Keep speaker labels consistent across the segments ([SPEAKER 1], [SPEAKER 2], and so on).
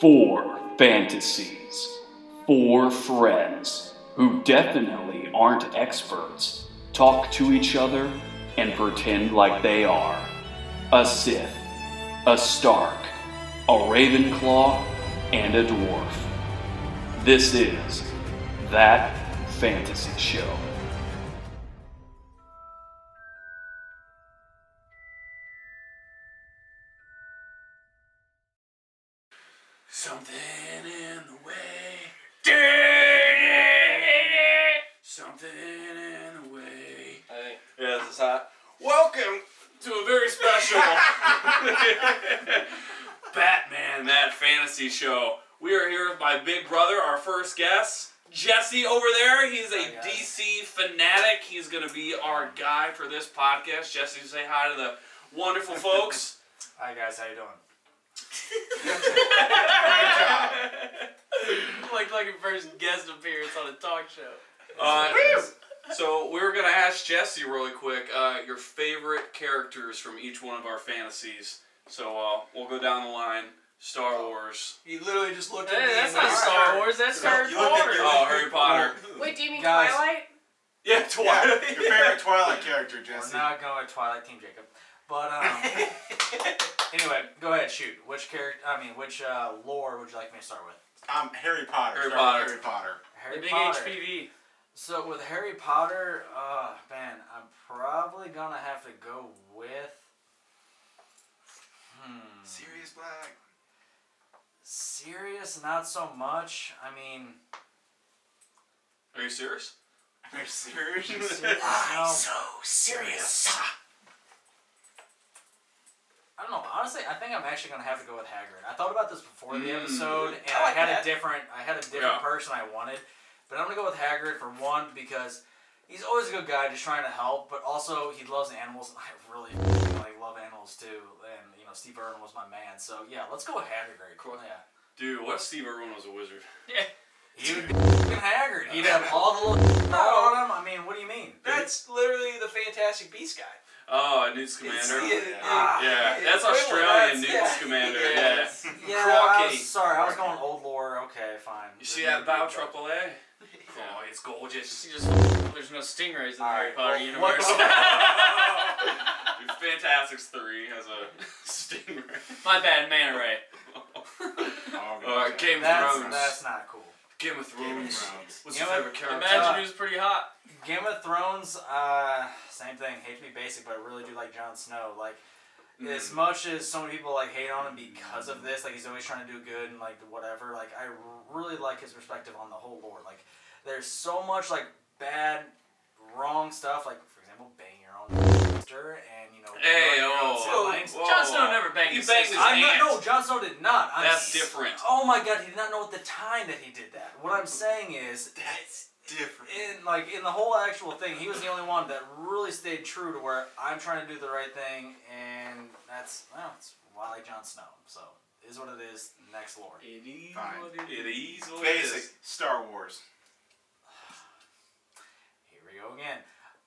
[SPEAKER 1] four fantasies, four friends who definitely aren't experts talk to each other and pretend like they are. A Sith, a Stark, a Ravenclaw, and a Dwarf. This is That Fantasy Show.
[SPEAKER 2] Something in the way. Something in the way.
[SPEAKER 3] Yeah, this is hot.
[SPEAKER 2] Welcome to a very special Batman That Fantasy Show. We are here with my big brother, our first guest, Jesse over there. He's a
[SPEAKER 3] guys.
[SPEAKER 2] DC fanatic. He's going to be our guy for this podcast. Jesse, say hi to the wonderful folks.
[SPEAKER 3] Hi guys, how you doing?
[SPEAKER 4] like like a first guest appearance on a talk show.
[SPEAKER 2] Uh, so we were gonna ask Jesse really quick uh, your favorite characters from each one of our fantasies. So uh, we'll go down the line. Star Wars.
[SPEAKER 3] You literally just looked
[SPEAKER 4] Hey,
[SPEAKER 3] at me.
[SPEAKER 4] that's
[SPEAKER 3] and
[SPEAKER 4] not
[SPEAKER 3] went,
[SPEAKER 4] Star Wars. That's
[SPEAKER 3] No,
[SPEAKER 4] Harry
[SPEAKER 3] you looked at
[SPEAKER 4] Potter.
[SPEAKER 3] me
[SPEAKER 2] Oh, Harry Potter.
[SPEAKER 5] Wait, do you mean
[SPEAKER 3] Guys.
[SPEAKER 5] Twilight?
[SPEAKER 2] Yeah,
[SPEAKER 6] Yeah,
[SPEAKER 2] Twilight.
[SPEAKER 6] your favorite Twilight character, Jesse.
[SPEAKER 3] We're not going with Twilight Team Jacob. But um, anyway, go ahead, shoot. Which character? I mean, which uh, lore would you like me to start with?
[SPEAKER 6] I'm um, Harry Potter.
[SPEAKER 2] Harry
[SPEAKER 6] Start with
[SPEAKER 2] Potter.
[SPEAKER 6] Harry Potter.
[SPEAKER 3] Harry
[SPEAKER 4] the big
[SPEAKER 3] Potter.
[SPEAKER 4] HPV.
[SPEAKER 3] So with Harry Potter, uh, man, I'm probably gonna have to go with. Hmm.
[SPEAKER 6] Sirius Black.
[SPEAKER 3] Serious, not so much. I mean,
[SPEAKER 2] Are you serious?
[SPEAKER 6] Are you serious?
[SPEAKER 3] serious, no.
[SPEAKER 6] serious. Ah.
[SPEAKER 3] I don't know. Honestly, I think I'm actually gonna have to go with Hagrid. I thought about this before the
[SPEAKER 2] Mm.
[SPEAKER 3] episode, and
[SPEAKER 4] I
[SPEAKER 3] I,
[SPEAKER 4] like
[SPEAKER 3] had
[SPEAKER 4] that.
[SPEAKER 3] a different, I had a different
[SPEAKER 2] Yeah.
[SPEAKER 3] person I wanted, but I'm gonna go with Hagrid for one because he's always a good guy, just trying to help, but also he loves animals. I really like love animals too, and you know Steve Irwin was my man, so yeah, let's go with Hagrid. Very cool. Yeah,
[SPEAKER 2] Dude, what if Steve Irwin was a wizard?
[SPEAKER 3] he would be fucking Hagrid. He'd have all the little on him. I mean, what do you mean?
[SPEAKER 4] That's literally the Fantastic Beast guy.
[SPEAKER 2] Oh, Newt Scamander.
[SPEAKER 4] It's-
[SPEAKER 2] Yeah,
[SPEAKER 4] it-
[SPEAKER 3] Ah.
[SPEAKER 4] it- it-
[SPEAKER 2] that's
[SPEAKER 4] well,
[SPEAKER 2] Australian
[SPEAKER 4] that's-
[SPEAKER 2] Newt
[SPEAKER 4] yeah.
[SPEAKER 2] Scamander. Yeah.
[SPEAKER 4] Yes.
[SPEAKER 3] Yeah, I
[SPEAKER 2] Crikey.
[SPEAKER 3] was, sorry, I was going old lore. Okay, fine.
[SPEAKER 2] You see that bow triple A? Oh, it's gorgeous.
[SPEAKER 4] She just there's no stingrays in the
[SPEAKER 3] Alright,
[SPEAKER 4] Harry Potter
[SPEAKER 3] well,
[SPEAKER 4] universe.
[SPEAKER 2] Dude, Fantastics Three has a stingray.
[SPEAKER 4] My bad, Man Ray.
[SPEAKER 2] Uh, Game of
[SPEAKER 3] That's
[SPEAKER 2] Thrones.
[SPEAKER 3] that's not cool.
[SPEAKER 2] Game of
[SPEAKER 6] Game of
[SPEAKER 2] Thrones.
[SPEAKER 6] Thrones.
[SPEAKER 2] What's
[SPEAKER 3] You
[SPEAKER 2] your
[SPEAKER 3] know
[SPEAKER 2] favorite
[SPEAKER 3] what?
[SPEAKER 2] character?
[SPEAKER 4] Imagine he was pretty hot.
[SPEAKER 3] Game of Thrones, uh, same thing. Hate to be basic, but I really do like Jon Snow. Like
[SPEAKER 2] Mm-hmm.
[SPEAKER 3] as much as so many people like hate on him because of this, like he's always trying to do good and like whatever. Like I really like his perspective on the whole lore. Like there's so much like bad, wrong stuff. Like for example, bang your own sister and you know.
[SPEAKER 2] Hey,
[SPEAKER 3] your own
[SPEAKER 2] oh.
[SPEAKER 3] siblings.
[SPEAKER 2] Whoa.
[SPEAKER 4] Jon Snow never banged
[SPEAKER 2] He
[SPEAKER 4] his
[SPEAKER 2] banged
[SPEAKER 4] sister.
[SPEAKER 2] his
[SPEAKER 3] I'm not,
[SPEAKER 2] aunt.
[SPEAKER 3] no, Jon Snow did not. I'm
[SPEAKER 2] That's
[SPEAKER 3] s-
[SPEAKER 2] different.
[SPEAKER 3] Oh my god, he did not know at the time that he did that. What I'm saying is,
[SPEAKER 6] That's different.
[SPEAKER 3] in like in the whole actual thing, he was the only one that really stayed true to where I'm trying to do the right thing, and that's well, it's why I like Jon Snow. So it is what it is. Next lore.
[SPEAKER 2] It is
[SPEAKER 6] Fine.
[SPEAKER 2] what it is. what it
[SPEAKER 6] Basic
[SPEAKER 2] is.
[SPEAKER 6] Star Wars.
[SPEAKER 3] Here we go again.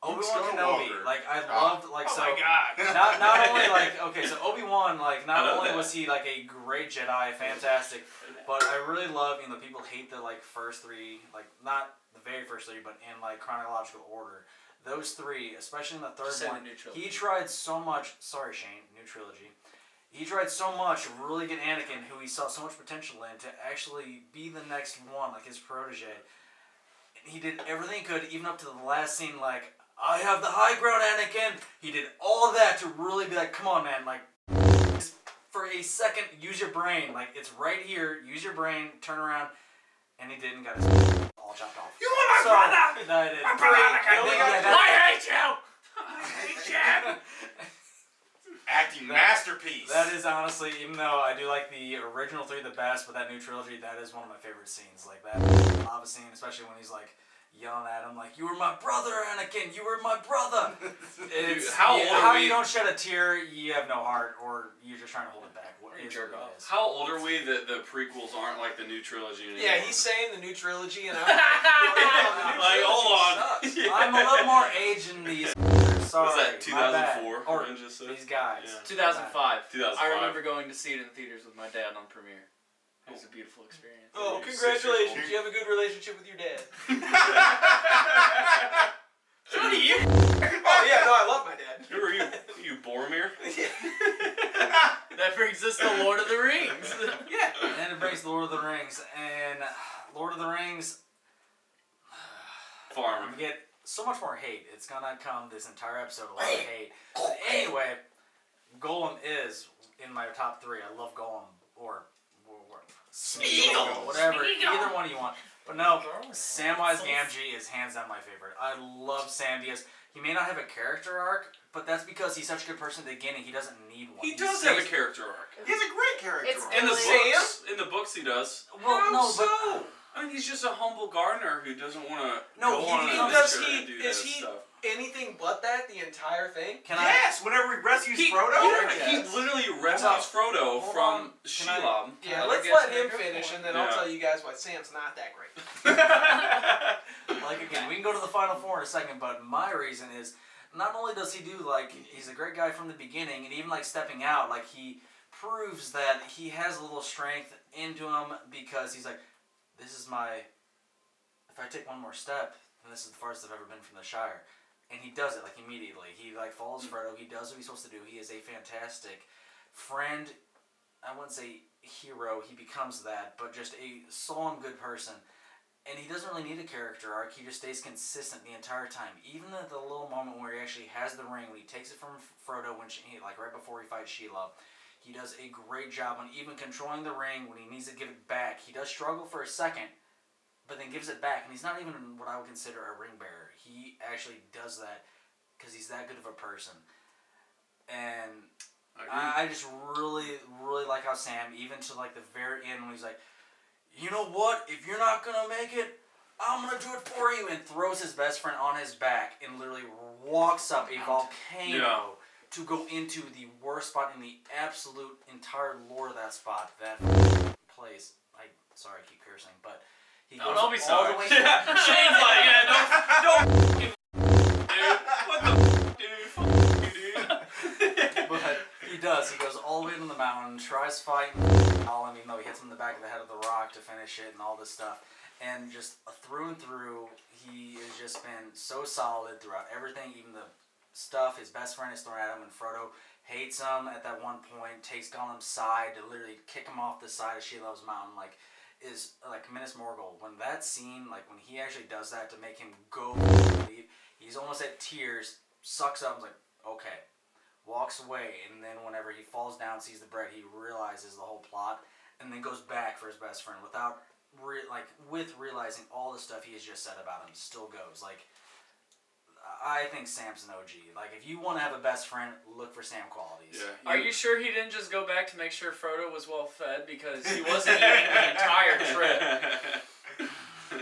[SPEAKER 3] Obi
[SPEAKER 6] Luke
[SPEAKER 3] Wan Kenobi.
[SPEAKER 6] Skywalker.
[SPEAKER 3] Like I
[SPEAKER 6] Oh.
[SPEAKER 3] loved like
[SPEAKER 2] Oh
[SPEAKER 3] so.
[SPEAKER 2] my god.
[SPEAKER 3] Not, not only like okay, so Obi Wan like
[SPEAKER 2] I
[SPEAKER 3] not
[SPEAKER 2] love
[SPEAKER 3] only
[SPEAKER 2] that.
[SPEAKER 3] was he like a great Jedi, fantastic, but I really love you know people hate the like first three like not the very first three but in like chronological order. Those three, especially in the third
[SPEAKER 4] Just say the
[SPEAKER 3] one,
[SPEAKER 4] new trilogy.
[SPEAKER 3] he tried so much. Sorry, Shane, new trilogy. He tried so much to really get Anakin, who he saw so much potential in, to actually be the next one, like his protege. And he did everything he could, even up to the last scene, like, I have the high ground, Anakin. He did all of that to really be like, come on, man, like, just for a second, use your brain. Like, it's right here, use your brain, turn around. And he didn't got his all chopped off. You
[SPEAKER 2] want my brother?
[SPEAKER 3] No, I didn't.
[SPEAKER 2] My brother, like, I
[SPEAKER 3] You only
[SPEAKER 2] think
[SPEAKER 3] got
[SPEAKER 2] I-
[SPEAKER 3] that-
[SPEAKER 2] I hate you. I hate you.
[SPEAKER 6] Acting
[SPEAKER 3] That-
[SPEAKER 6] masterpiece.
[SPEAKER 3] That is honestly, even though I do like the original three the best, but that new trilogy, that is one of my favorite scenes. Like that lava scene, especially when he's like yelling at him, like "You were my brother, Anakin. You were my brother." It's,
[SPEAKER 2] how
[SPEAKER 3] yeah,
[SPEAKER 2] old are
[SPEAKER 3] how
[SPEAKER 2] we?
[SPEAKER 3] you don't shed a tear, you have no heart, or you're just trying to hold it back. What
[SPEAKER 4] You
[SPEAKER 3] is
[SPEAKER 4] jerk
[SPEAKER 3] what it
[SPEAKER 4] off.
[SPEAKER 3] is.
[SPEAKER 2] How old are we that the prequels aren't like the new trilogy anymore?
[SPEAKER 4] Yeah, he's
[SPEAKER 2] saying.
[SPEAKER 4] the new trilogy and
[SPEAKER 2] like, hold on.
[SPEAKER 3] I'm a little more aged in these. Sorry,
[SPEAKER 2] Was that
[SPEAKER 3] my bad.
[SPEAKER 2] 2004?
[SPEAKER 3] Or
[SPEAKER 2] Orange is-
[SPEAKER 3] these guys.
[SPEAKER 2] Yeah.
[SPEAKER 4] 2005.
[SPEAKER 2] 2005.
[SPEAKER 4] I remember going to see it in theaters with my dad on premiere. It was a beautiful experience.
[SPEAKER 2] Oh,
[SPEAKER 5] Oh,
[SPEAKER 2] congratulations,
[SPEAKER 5] congratulations! You have a good relationship with your dad.
[SPEAKER 4] So do you.
[SPEAKER 5] Oh yeah, no, I love my dad.
[SPEAKER 2] Who are you? You Boromir?
[SPEAKER 4] That brings us to Lord of the Rings.
[SPEAKER 5] Yeah.
[SPEAKER 3] And then it brings Lord of the Rings, and Lord of the Rings
[SPEAKER 2] Farm.
[SPEAKER 3] We get so much more hate. It's gonna come this entire episode a lot of hate. But anyway, Golem is in my top three. I love Golem or, or, or Smeagol, whatever, either one you want. But no, Samwise Gamgee is hands down my favorite. I love Sam because he may not have a character arc, but that's because he's such a good person at the beginning. He doesn't need one.
[SPEAKER 2] He does have a
[SPEAKER 3] saves-
[SPEAKER 2] character arc.
[SPEAKER 6] He has a great character.
[SPEAKER 7] It's
[SPEAKER 6] arc.
[SPEAKER 2] In the
[SPEAKER 7] Sam?
[SPEAKER 2] books, in the books, he does.
[SPEAKER 3] Well, no,
[SPEAKER 2] so?
[SPEAKER 3] but
[SPEAKER 2] I mean, he's just a humble gardener who doesn't want to
[SPEAKER 3] No,
[SPEAKER 2] go
[SPEAKER 3] he-
[SPEAKER 2] on an
[SPEAKER 3] he
[SPEAKER 5] does-
[SPEAKER 2] adventure
[SPEAKER 5] he-
[SPEAKER 2] and do
[SPEAKER 5] is
[SPEAKER 2] that
[SPEAKER 5] he-
[SPEAKER 2] stuff.
[SPEAKER 5] Anything but that the entire thing.
[SPEAKER 3] can
[SPEAKER 6] yes, whenever he rescues
[SPEAKER 2] He,
[SPEAKER 6] Frodo.
[SPEAKER 2] yeah, he
[SPEAKER 5] Yes.
[SPEAKER 2] literally rescues
[SPEAKER 3] Hold
[SPEAKER 2] Frodo
[SPEAKER 3] Hold
[SPEAKER 2] from
[SPEAKER 3] on. Can I-
[SPEAKER 2] Shelob.
[SPEAKER 5] Yeah,
[SPEAKER 4] I
[SPEAKER 5] let's
[SPEAKER 4] guess
[SPEAKER 5] let
[SPEAKER 4] they're
[SPEAKER 5] him
[SPEAKER 4] good
[SPEAKER 5] finish,
[SPEAKER 4] for
[SPEAKER 5] and then
[SPEAKER 2] it.
[SPEAKER 5] I'll
[SPEAKER 2] Yeah.
[SPEAKER 5] tell you guys why Sam's not that great.
[SPEAKER 3] I like again? We can go to the final four in a second, but my reason is not only does he do like he's a great guy from the beginning and even like stepping out like he proves that he has a little strength into him because he's like this is my if i take one more step then this is the farthest i've ever been from the shire and he does it like immediately he like follows frodo he does what he's supposed to do he is a fantastic friend i wouldn't say hero he becomes that but just a solemn good person and he doesn't really need a character arc. He just stays consistent the entire time. Even at the little moment where he actually has the ring, when he takes it from Frodo, when she, he- like right before he fights Shelob, he does a great job on even controlling the ring when he needs to give it back. He does struggle for a second, but then gives it back, and he's not even what I would consider a ring bearer. He actually does that because he's that good of a person. And
[SPEAKER 2] I
[SPEAKER 3] I, I just really, really like how Sam, even to like the very end when he's like, you know what? If you're not gonna make it, I'm gonna do it for you, and throws his best friend on his back and literally walks up a volcano
[SPEAKER 2] Yeah.
[SPEAKER 3] to go into the worst spot in the absolute entire lore of that spot. That place. I sorry, I keep cursing, but he goes
[SPEAKER 4] No, don't be
[SPEAKER 3] all
[SPEAKER 4] sorry.
[SPEAKER 3] the way.
[SPEAKER 4] Yeah. Shane's like, yeah, don't
[SPEAKER 2] agree, dude.
[SPEAKER 3] but he does. He goes all the way to the mountain, tries fighting all him, even though he hits him in the back of the head of the rock to finish it and all this stuff. And just through and through, he has just been so solid throughout everything, even the stuff his best friend is throwing at him, and Frodo hates him at that one point, takes Gollum's side to literally kick him off the side of Shelob's mountain, like is like Minas Morgul. When that scene, like when he actually does that to make him go leave, he's almost at tears, sucks up, and is like, okay, walks away, and then whenever he falls down, sees the bread, he realizes the whole plot, and then goes back for his best friend without, re- like, with realizing all the stuff he has just said about him. Still goes like, I I think Sam's an OG. Like, if you want to have a best friend, look for Sam qualities.
[SPEAKER 2] Yeah.
[SPEAKER 4] Are you sure he didn't just go back to make sure Frodo was well fed because he wasn't eating the entire trip?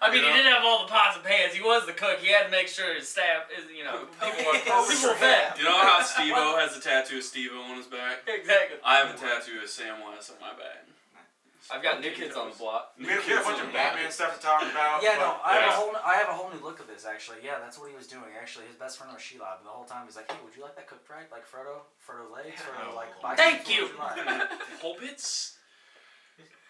[SPEAKER 4] I mean,
[SPEAKER 2] You know?
[SPEAKER 4] he did have all the pots and pans. He was the cook. He had to make sure his staff is, you know, people are
[SPEAKER 5] Oh,
[SPEAKER 4] people are
[SPEAKER 5] sure.
[SPEAKER 4] fed.
[SPEAKER 2] You know how Steve O has a tattoo of Steve O on his back?
[SPEAKER 4] Exactly.
[SPEAKER 2] I have a tattoo of Samwise on my back.
[SPEAKER 4] I've got new kids on the block.
[SPEAKER 6] we, have, we have a bunch of Batman stuff to talk about.
[SPEAKER 3] Yeah, no,
[SPEAKER 6] but-
[SPEAKER 3] I have
[SPEAKER 2] yeah.
[SPEAKER 3] a whole, I have a whole new look of this actually. Yeah, that's what he was doing. Actually, his best friend was Shelob. and The whole time he's like, "Hey, would you like that cooked right? Like Frodo, Frodo legs, Frodo like." biceps,
[SPEAKER 4] Thank
[SPEAKER 3] would
[SPEAKER 4] you.
[SPEAKER 3] like?"
[SPEAKER 2] Hobbits?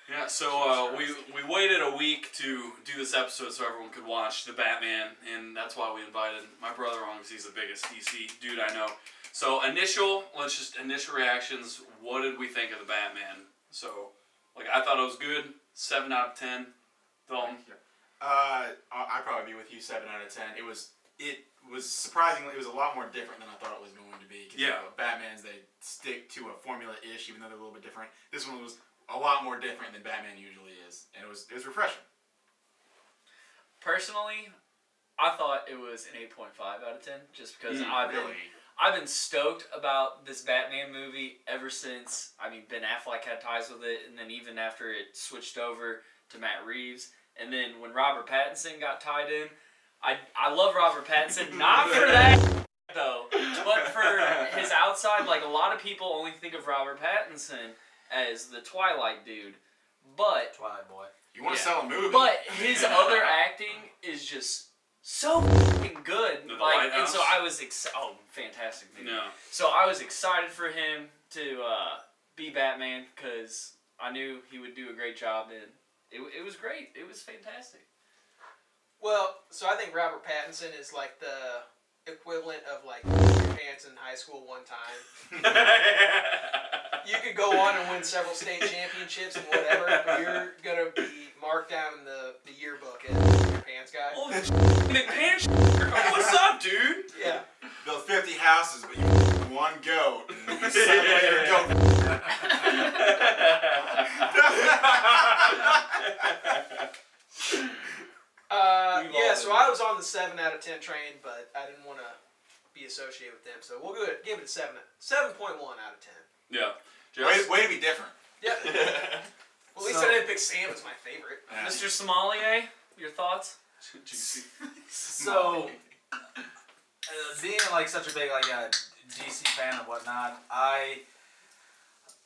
[SPEAKER 2] Yeah, so uh, we we waited a week to do this episode so everyone could watch the Batman, and that's why we invited my brother on because he's the biggest DC dude I know. So initial, let's just initial reactions. What did we think of the Batman? So, like I thought it was good, seven out of ten. Dalton,
[SPEAKER 6] Uh, I I'd probably be with you seven out of ten. It was it was surprisingly it was a lot more different than I thought it was going to be. 'cause, you
[SPEAKER 2] Yeah.
[SPEAKER 6] know, Batman's they stick to a formula ish, even though they're a little bit different. This one was a lot more different than Batman usually is, and it was it was refreshing.
[SPEAKER 4] Personally, I thought it was an 8.5 out of 10 just because
[SPEAKER 2] Mm,
[SPEAKER 4] I've, been,
[SPEAKER 6] Really,
[SPEAKER 4] I've been stoked about this Batman movie ever since. I mean, Ben Affleck had ties with it, and then even after it switched over to Matt Reeves, and then when Robert Pattinson got tied in, I, I love Robert Pattinson, not for that though, but for his outside. Like a lot of people only think of Robert Pattinson as the Twilight dude, but
[SPEAKER 3] Twilight boy.
[SPEAKER 6] you want
[SPEAKER 4] Yeah.
[SPEAKER 6] to sell a movie?
[SPEAKER 4] but his other acting is just so fing good.
[SPEAKER 2] The
[SPEAKER 4] like, and so
[SPEAKER 2] Lighthouse?
[SPEAKER 4] I was excited. Oh, fantastic movie.
[SPEAKER 2] no,
[SPEAKER 4] So I was excited for him to uh, be Batman because I knew he would do a great job, and it, it was great. It was fantastic.
[SPEAKER 5] Well, so I think Robert Pattinson is like the equivalent of like pissing your pants in high school one time. You could go on and win several state championships and whatever, but you're gonna be marked down in the, the yearbook as your pants guy.
[SPEAKER 2] Oh, McPants. What's up, dude?
[SPEAKER 5] Yeah.
[SPEAKER 6] Build 50 houses, but you one goat. And you sell your goat.
[SPEAKER 5] Uh,
[SPEAKER 2] We've all
[SPEAKER 5] yeah, so
[SPEAKER 2] been
[SPEAKER 5] I was on the seven out of ten train, but I didn't want to be associated with them. So we'll go ahead, give it a seven, seven point one out of ten.
[SPEAKER 2] Yeah.
[SPEAKER 6] Way, way to be different.
[SPEAKER 5] Yeah. Well, at least
[SPEAKER 3] So-
[SPEAKER 5] I didn't pick Sam as my favorite.
[SPEAKER 6] Yeah.
[SPEAKER 4] Mr. Sommelier, your thoughts?
[SPEAKER 2] Juicy.
[SPEAKER 3] So, uh, being like such a big like uh, DC fan and whatnot, I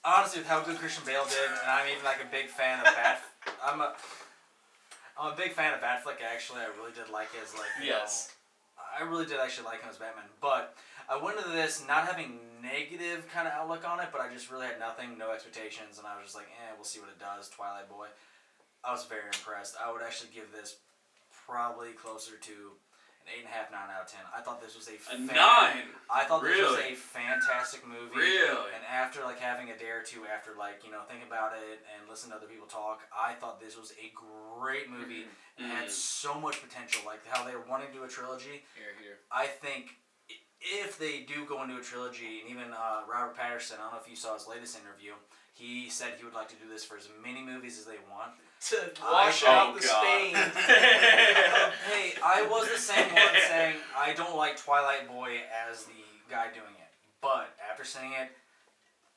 [SPEAKER 3] honestly with how good Christian Bale did, and I'm even like a big fan of Bat. I'm a I'm a big fan of Batfleck. Actually, I really did like his like. you know,
[SPEAKER 4] Yes.
[SPEAKER 3] I really did actually like him as Batman, but I went into this not having negative kind of outlook on it, but I just really had nothing, no expectations, and I was just like, eh, we'll see what it does. Twilight Boy. I was very impressed. I would actually give this probably closer to an eight and a half, nine out of ten. I thought this was a,
[SPEAKER 2] A
[SPEAKER 3] fan-
[SPEAKER 2] nine.
[SPEAKER 3] I thought this was
[SPEAKER 2] Really?
[SPEAKER 3] a fantastic movie.
[SPEAKER 2] Really?
[SPEAKER 3] And after like having a day or two after like you know think about it and listen to other people talk, I thought this was a great movie and had
[SPEAKER 2] Mhm.
[SPEAKER 3] so much potential. Like how they were wanting to do a trilogy.
[SPEAKER 4] Here, here.
[SPEAKER 3] I think i- if they do go into a trilogy, and even uh, Robert Patterson, I don't know if you saw his latest interview, he said he would like to do this for as many movies as they want.
[SPEAKER 5] To wash
[SPEAKER 3] Oh,
[SPEAKER 4] uh,
[SPEAKER 5] out the
[SPEAKER 2] God.
[SPEAKER 5] stains.
[SPEAKER 3] hey, I was the same one saying I don't like Twilight Boy as the guy doing it. But after seeing it,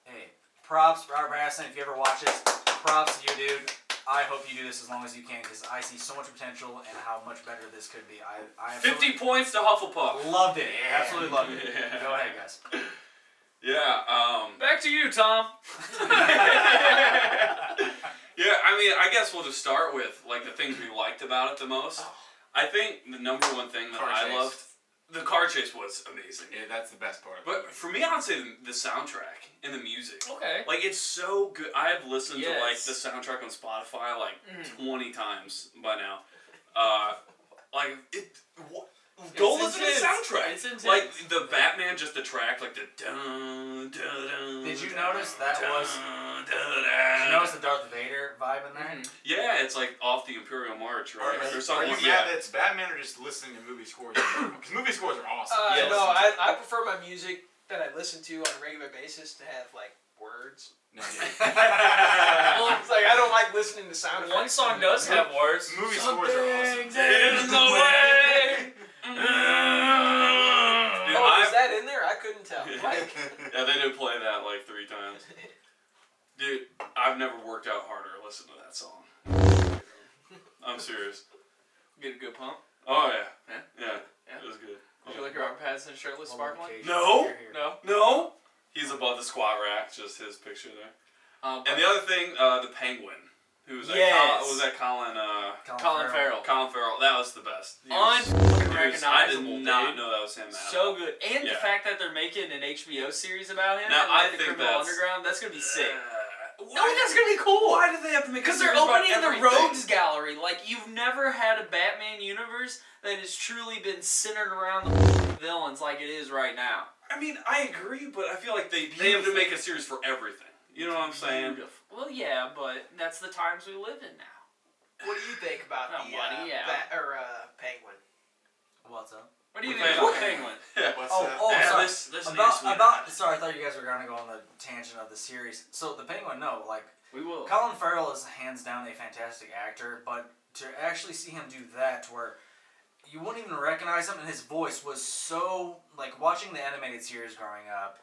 [SPEAKER 3] hey, props, Robert Patterson, if you ever watch this, props to you, dude. I hope you do this as long as you can because I see so much potential and how much better this could be. I, I absolutely
[SPEAKER 2] Fifty points to Hufflepuff.
[SPEAKER 3] loved it. Absolutely loved it.
[SPEAKER 2] Yeah.
[SPEAKER 3] Go ahead, guys.
[SPEAKER 2] Yeah. Um.
[SPEAKER 4] Back to you, Tom.
[SPEAKER 2] Yeah, I mean, I guess we'll just start with like the things we liked about it the most. I think the number one thing that
[SPEAKER 6] Car
[SPEAKER 2] I
[SPEAKER 6] chase.
[SPEAKER 2] loved, the car chase was amazing.
[SPEAKER 6] Yeah, that's the best part.
[SPEAKER 2] But for me, I'd say the, the soundtrack and the music.
[SPEAKER 4] Okay.
[SPEAKER 2] Like it's so good. I have listened to like
[SPEAKER 4] Yes.
[SPEAKER 2] the soundtrack on Spotify like twenty times by now. Uh, like it. Wh- go
[SPEAKER 4] It's
[SPEAKER 2] listen to the
[SPEAKER 4] intense.
[SPEAKER 2] soundtrack.
[SPEAKER 4] It's intense.
[SPEAKER 2] Like the Batman, just the track, like the dun dun dun.
[SPEAKER 3] Did you notice that
[SPEAKER 2] dun,
[SPEAKER 3] was-
[SPEAKER 2] Dun,
[SPEAKER 3] Did
[SPEAKER 2] dun,
[SPEAKER 3] you notice the Darth Vader vibe in there?
[SPEAKER 4] Mhm.
[SPEAKER 2] Yeah, it's like off the Imperial March,
[SPEAKER 6] Are,
[SPEAKER 2] right?
[SPEAKER 6] are,
[SPEAKER 2] Or
[SPEAKER 6] are
[SPEAKER 2] something
[SPEAKER 6] you
[SPEAKER 2] like
[SPEAKER 6] mad
[SPEAKER 2] that.
[SPEAKER 6] that it's Batman or just listening to movie scores? Because movie scores are awesome.
[SPEAKER 5] Uh,
[SPEAKER 2] Yes.
[SPEAKER 5] No, I, I prefer my music that I listen to on a regular basis to have like words.
[SPEAKER 6] No,
[SPEAKER 4] Well,
[SPEAKER 5] It's like I don't like listening to sound
[SPEAKER 4] One
[SPEAKER 5] effects.
[SPEAKER 4] song does have words.
[SPEAKER 5] Oh,
[SPEAKER 6] yeah. movie scores are awesome.
[SPEAKER 2] in the way. Dude,
[SPEAKER 5] Oh,
[SPEAKER 2] I-
[SPEAKER 5] is that in there? I couldn't tell. Like,
[SPEAKER 2] yeah, they did play that like three times. Dude, I've never worked out harder listening to that song. I'm serious.
[SPEAKER 4] Get a good pump.
[SPEAKER 2] Oh yeah,
[SPEAKER 4] Yeah?
[SPEAKER 2] yeah,
[SPEAKER 4] Yeah.
[SPEAKER 2] it was good.
[SPEAKER 4] Would you like Robert Pattinson shirtless sparkling?
[SPEAKER 2] No.
[SPEAKER 3] Here, here.
[SPEAKER 4] No.
[SPEAKER 2] No, he's above the squat rack. Just his picture there.
[SPEAKER 4] Um,
[SPEAKER 2] And the other thing, uh, the penguin. Who was that?
[SPEAKER 4] Yes.
[SPEAKER 2] Col- was that Colin? Uh,
[SPEAKER 4] Colin Farrell.
[SPEAKER 2] Colin Farrell. That was the best. He
[SPEAKER 4] On
[SPEAKER 2] was- he
[SPEAKER 4] fucking
[SPEAKER 2] was- I did
[SPEAKER 4] recognizable,
[SPEAKER 2] not
[SPEAKER 4] dude.
[SPEAKER 2] know that was him. At all.
[SPEAKER 4] So good, and the
[SPEAKER 2] Yeah.
[SPEAKER 4] fact that they're making an HBO series about him,
[SPEAKER 2] Now,
[SPEAKER 4] and, like
[SPEAKER 2] I
[SPEAKER 4] the
[SPEAKER 2] think
[SPEAKER 4] Criminal
[SPEAKER 2] that's-
[SPEAKER 4] Underground, that's gonna be sick.
[SPEAKER 2] Uh,
[SPEAKER 4] No, that's gonna be cool.
[SPEAKER 2] Why do they have to make?
[SPEAKER 4] Because they're
[SPEAKER 2] series about
[SPEAKER 4] opening the
[SPEAKER 2] everything?
[SPEAKER 4] Rogues Gallery. Like, you've never had a Batman universe that has truly been centered around the fucking villains like it is right now.
[SPEAKER 2] I mean, I agree, but I feel like they they have to make a series for everything. You know what I'm saying?
[SPEAKER 4] Well, yeah, but that's the times we live in now. Oh,
[SPEAKER 5] what do you think about
[SPEAKER 4] Not
[SPEAKER 5] the uh,
[SPEAKER 4] money, yeah.
[SPEAKER 5] Bat- or uh, penguin?
[SPEAKER 3] What's up?
[SPEAKER 4] What do you
[SPEAKER 2] We're
[SPEAKER 4] think
[SPEAKER 2] playing
[SPEAKER 4] about Penguin?
[SPEAKER 6] What's
[SPEAKER 3] Oh,
[SPEAKER 6] that?
[SPEAKER 3] oh,
[SPEAKER 2] Yeah,
[SPEAKER 3] sorry.
[SPEAKER 2] this- this
[SPEAKER 3] about,
[SPEAKER 2] needs to be
[SPEAKER 3] about
[SPEAKER 2] done.
[SPEAKER 3] sorry, I thought you guys were gonna go on the tangent of the series. So the Penguin, no, like
[SPEAKER 4] We will.
[SPEAKER 3] Colin Farrell is hands down a fantastic actor, but to actually see him do that, to where you wouldn't even recognize him, and his voice was so like watching the animated series growing up,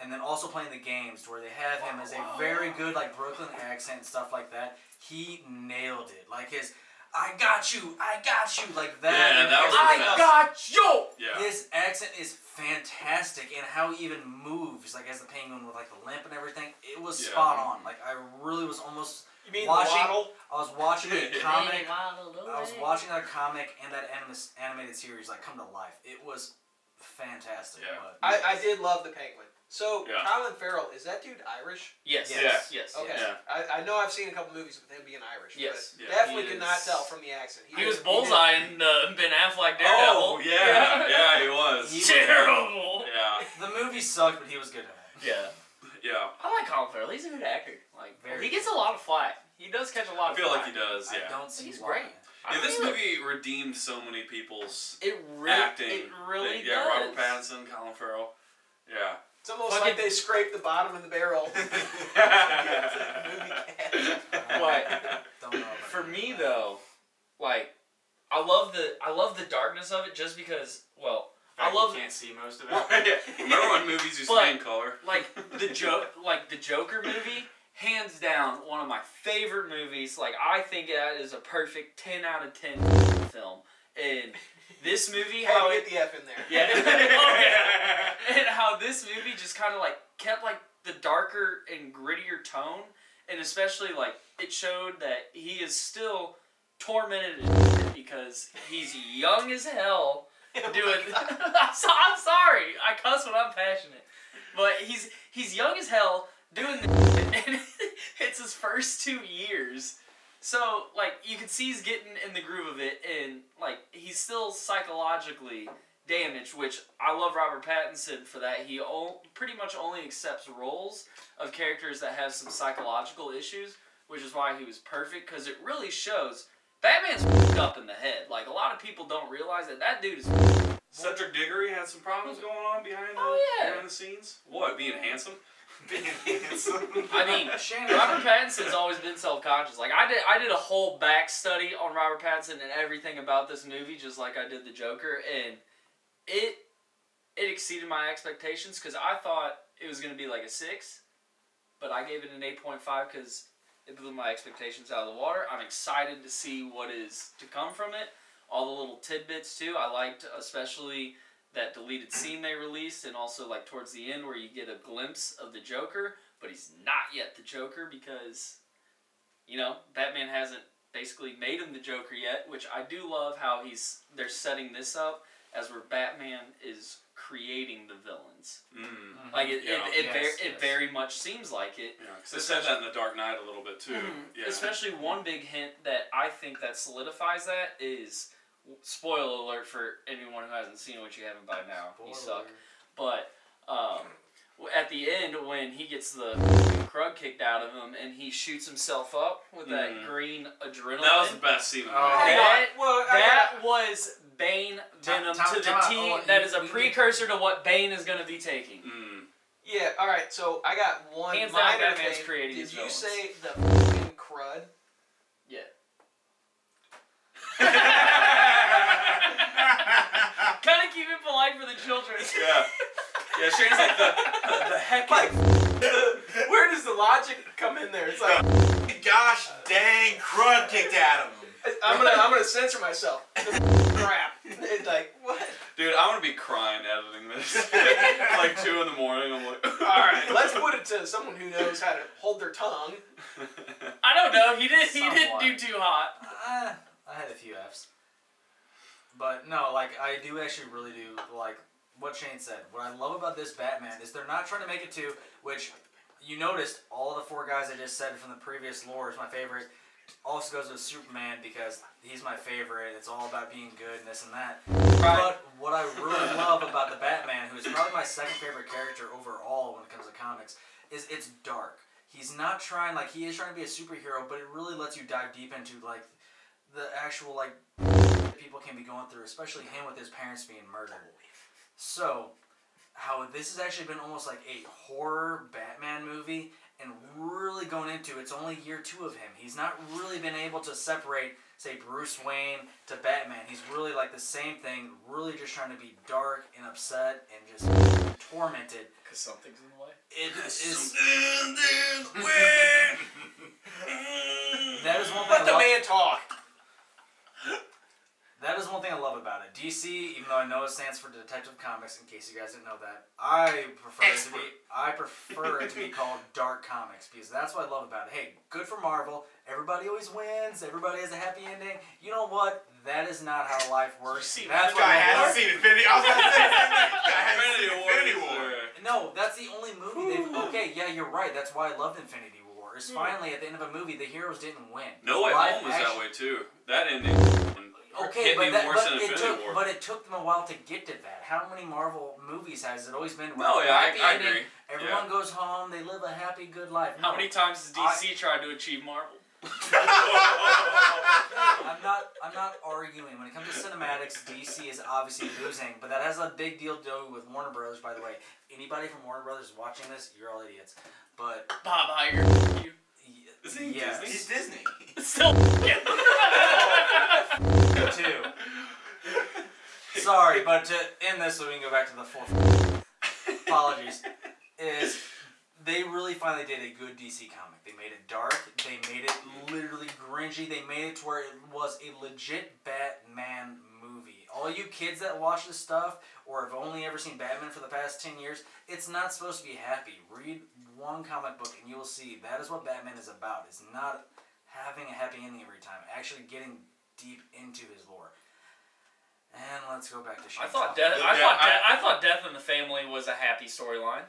[SPEAKER 3] and then also playing the games, to where they have him as a very good like Brooklyn accent and stuff like that. He nailed it, like his. I got you, I got you, like that.
[SPEAKER 2] Yeah,
[SPEAKER 3] and
[SPEAKER 2] that was the
[SPEAKER 3] everything
[SPEAKER 2] best.
[SPEAKER 3] else. I got you.
[SPEAKER 2] Yeah.
[SPEAKER 3] His accent is fantastic, and how he even moves, like as the penguin with like the limp and everything, it was
[SPEAKER 2] Yeah.
[SPEAKER 3] spot on. Like I really was almost,
[SPEAKER 5] You mean
[SPEAKER 3] Washing-
[SPEAKER 5] the waddle?
[SPEAKER 3] I was watching a
[SPEAKER 2] Yeah.
[SPEAKER 3] comic, I was watching that comic and that animus, animated series like come to life. It was fantastic.
[SPEAKER 2] Yeah.
[SPEAKER 3] But
[SPEAKER 5] I, I did love the Penguin. So
[SPEAKER 2] Yeah.
[SPEAKER 5] Colin Farrell is that dude Irish?
[SPEAKER 4] Yes.
[SPEAKER 3] Yeah.
[SPEAKER 4] Yes. Yes.
[SPEAKER 5] Okay,
[SPEAKER 4] yes.
[SPEAKER 2] Yeah.
[SPEAKER 5] I, I know I've seen a couple movies with him being Irish.
[SPEAKER 4] Yes.
[SPEAKER 5] but
[SPEAKER 2] Yeah,
[SPEAKER 5] definitely
[SPEAKER 4] he
[SPEAKER 5] could not
[SPEAKER 4] is-
[SPEAKER 5] tell from the accent.
[SPEAKER 4] He was
[SPEAKER 5] did-
[SPEAKER 4] bullseye in uh, Ben Affleck Daredevil.
[SPEAKER 2] Oh yeah, yeah, he was.
[SPEAKER 4] Terrible.
[SPEAKER 2] Yeah,
[SPEAKER 3] The movie sucked, but he was good in it.
[SPEAKER 4] Yeah.
[SPEAKER 2] yeah.
[SPEAKER 4] I like Colin Farrell. He's a good actor. Like
[SPEAKER 3] Very
[SPEAKER 4] he gets a lot of flack. He does catch a lot.
[SPEAKER 2] I feel
[SPEAKER 4] of
[SPEAKER 2] like
[SPEAKER 4] flack.
[SPEAKER 2] he does.
[SPEAKER 3] I
[SPEAKER 2] Yeah.
[SPEAKER 3] don't see
[SPEAKER 4] He's
[SPEAKER 3] why.
[SPEAKER 4] great. I
[SPEAKER 2] Yeah, this
[SPEAKER 4] mean,
[SPEAKER 2] movie redeemed so many people's
[SPEAKER 4] It really,
[SPEAKER 2] acting.
[SPEAKER 4] it really
[SPEAKER 2] yeah,
[SPEAKER 4] does.
[SPEAKER 2] Robert Pattinson, Colin Farrell. Yeah.
[SPEAKER 5] It's almost
[SPEAKER 4] Fucking-
[SPEAKER 5] like they scraped the bottom of the barrel.
[SPEAKER 3] What? Don't know about
[SPEAKER 4] For
[SPEAKER 3] it.
[SPEAKER 4] me though, like I love the I love the darkness of it just because well I
[SPEAKER 6] Fact, you
[SPEAKER 4] love-
[SPEAKER 6] Can't see most of
[SPEAKER 4] Well,
[SPEAKER 6] it.
[SPEAKER 2] Remember when movies used to
[SPEAKER 4] But-
[SPEAKER 2] be in color?
[SPEAKER 4] like the joke like the Joker movie hands down one of my favorite movies like I think that is a perfect ten out of ten film and this movie how
[SPEAKER 5] How
[SPEAKER 4] it
[SPEAKER 5] get the F in there?
[SPEAKER 4] Yeah. Oh, yeah. And how this movie just kind of like kept like the darker and grittier tone, and especially like it showed that he is still tormented and shit because he's young as hell doing. I'm, so, I'm sorry, I cuss when I'm passionate, but he's he's young as hell doing this, shit, and it's his first two years. So like you can see he's getting in the groove of it, and like he's still psychologically damaged, which I love Robert Pattinson for that. He o- pretty much only accepts roles of characters that have some psychological issues, which is why he was perfect because it really shows Batman's fucked up in the head. Like a lot of people don't realize that that dude is.
[SPEAKER 2] Cedric Diggory had some problems going on behind the,
[SPEAKER 4] Oh, yeah.
[SPEAKER 2] behind the scenes. What, being handsome?
[SPEAKER 6] Being handsome.
[SPEAKER 4] I mean, Robert Pattinson's always been self-conscious. Like I did, I did a whole back study on Robert Pattinson and everything about this movie, just like I did the Joker, and it it exceeded my expectations because I thought it was gonna be like a six, but I gave it an eight point five because it blew my expectations out of the water. I'm excited to see what is to come from it. All the little tidbits too. I liked especially that deleted scene they released, and also like towards the end where you get a glimpse of the Joker but he's not yet the Joker because, you know, Batman hasn't basically made him the Joker yet, which I do love how he's they're setting this up as where Batman is creating the villains.
[SPEAKER 2] Mm.
[SPEAKER 4] Like it,
[SPEAKER 2] Yeah.
[SPEAKER 4] it, it, ver-
[SPEAKER 3] Mm-hmm. Yes,
[SPEAKER 4] it
[SPEAKER 3] yes.
[SPEAKER 4] very much seems like it.
[SPEAKER 2] Yeah, 'cause they said that in The Dark Knight a little bit too.
[SPEAKER 3] Mm-hmm.
[SPEAKER 4] Mhm.
[SPEAKER 2] Yeah.
[SPEAKER 4] Especially one big hint that I think that solidifies that is spoiler alert for anyone who hasn't seen it, which you haven't by now. You suck. But um, w- at the end, when he gets the crud kicked out of him and he shoots himself up with
[SPEAKER 2] Mhm.
[SPEAKER 3] Mm-hmm.
[SPEAKER 4] that green adrenaline,
[SPEAKER 2] That was the best scene. in the
[SPEAKER 3] Oh.
[SPEAKER 2] movie.
[SPEAKER 5] Hang on.
[SPEAKER 4] That-
[SPEAKER 5] well, I
[SPEAKER 4] that was Bane
[SPEAKER 3] Time-
[SPEAKER 4] venom
[SPEAKER 3] time-
[SPEAKER 4] to the
[SPEAKER 3] time out.
[SPEAKER 4] T.
[SPEAKER 3] Oh,
[SPEAKER 4] that
[SPEAKER 3] you-
[SPEAKER 4] is a
[SPEAKER 3] we-
[SPEAKER 4] precursor to what Bane is going to be taking.
[SPEAKER 2] Mm.
[SPEAKER 5] got- yeah. All right. So I got one
[SPEAKER 4] Hands down,
[SPEAKER 5] minor
[SPEAKER 4] Batman's
[SPEAKER 5] thing.
[SPEAKER 4] creating
[SPEAKER 5] Did
[SPEAKER 4] his
[SPEAKER 5] you
[SPEAKER 4] villains.
[SPEAKER 5] say the fucking crud?
[SPEAKER 4] Kind of keep it polite for the children.
[SPEAKER 2] Yeah. Yeah, Shane's like the, the heck.
[SPEAKER 5] Like, where does the logic come in there? It's like
[SPEAKER 6] Gosh dang, crud kicked out of him.
[SPEAKER 5] I'm gonna I'm gonna censor myself. Crap. It's like what?
[SPEAKER 2] Dude, I'm gonna be crying editing this. like two in the morning. I'm like, all
[SPEAKER 5] All right, let's put it to someone who knows how to hold their tongue.
[SPEAKER 4] I don't know. He did. He didn't
[SPEAKER 3] Somewhat.
[SPEAKER 4] do too hot.
[SPEAKER 3] Uh, I had a few Fs. But no, like I do actually really do like what Shane said. What I love about this Batman is they're not trying to make it two, which you noticed all the four guys I just said from the previous lore is my favorite. Also goes with Superman because he's my favorite. It's all about being good and this and that. But what I really love about the Batman, who is probably my second favorite character overall when it comes to comics, is it's dark. He's not trying like he is trying to be a superhero, but it really lets you dive deep into like the actual like that people can be going through, especially him with his parents being murdered. So, how this has actually been almost like a horror Batman movie, and really going into it's only year two of him. He's not really been able to separate, say, Bruce Wayne to Batman. He's really like the same thing, really just trying to be dark and upset and just tormented.
[SPEAKER 4] Because something's in the way.
[SPEAKER 3] It is
[SPEAKER 2] That
[SPEAKER 3] that is one thing. I
[SPEAKER 5] Let the
[SPEAKER 3] love-
[SPEAKER 5] man talk.
[SPEAKER 3] that is one thing I love about it. DC, even though I know it stands for Detective Comics, in case you guys didn't know that, I prefer it to be I prefer it to be called Dark Comics because that's what I love about it. Hey, good for Marvel. Everybody always wins. Everybody has a happy ending. You know what? That is not how life works.
[SPEAKER 2] see, this
[SPEAKER 3] that's
[SPEAKER 6] This
[SPEAKER 3] what
[SPEAKER 6] guy
[SPEAKER 3] Marvel-
[SPEAKER 6] hasn't seen Infinity. I was gonna say the same thing. This guy hasn't seen Infinity War.
[SPEAKER 3] No, that's the only movie they've. Okay, yeah, you're right. That's why I loved Infinity War. Is finally at the end of a movie, the heroes didn't win.
[SPEAKER 2] No Way
[SPEAKER 3] Live
[SPEAKER 2] Home was that
[SPEAKER 3] action-
[SPEAKER 2] way too. That ending
[SPEAKER 3] Okay,
[SPEAKER 2] hit me
[SPEAKER 3] but, that,
[SPEAKER 2] worse
[SPEAKER 3] but,
[SPEAKER 2] than
[SPEAKER 3] it
[SPEAKER 2] Infinity
[SPEAKER 3] took,
[SPEAKER 2] War.
[SPEAKER 3] but it took them a while to get to that. How many Marvel movies has it always been? where
[SPEAKER 2] No, Oh, yeah, I-
[SPEAKER 3] happy
[SPEAKER 2] I
[SPEAKER 3] ending,
[SPEAKER 2] agree.
[SPEAKER 3] Everyone goes home. They live a happy, good life.
[SPEAKER 4] How
[SPEAKER 3] No,
[SPEAKER 4] many times has DC tried to achieve Marvel?
[SPEAKER 3] I'm not. I'm not arguing. When it comes to cinematics, DC is obviously losing, but that has a big deal to do with Warner Brothers. By the way, anybody from Warner Brothers watching this, you're all idiots. But
[SPEAKER 4] Bob Iger. You.
[SPEAKER 3] y-
[SPEAKER 2] Isn't he
[SPEAKER 3] yes,
[SPEAKER 6] He's Disney.
[SPEAKER 4] Still.
[SPEAKER 3] two. Sorry, but to end this, so we can go back to the fourth. Apologies. Is they really finally did a good DC comic. They made it dark. They made it literally grungy. They made it to where it was a legit Batman movie. All you kids that watch this stuff or have only ever seen Batman for the past 10 years, it's not supposed to be happy. Read one comic book and you will see that is what Batman is about. It's not having a happy ending every time, actually getting deep into his lore. And let's go back to
[SPEAKER 4] I
[SPEAKER 3] Shane's
[SPEAKER 4] thought
[SPEAKER 3] topic.
[SPEAKER 4] death. I
[SPEAKER 2] Yeah,
[SPEAKER 4] thought
[SPEAKER 2] I-
[SPEAKER 4] death. I thought death in the family was a happy storyline.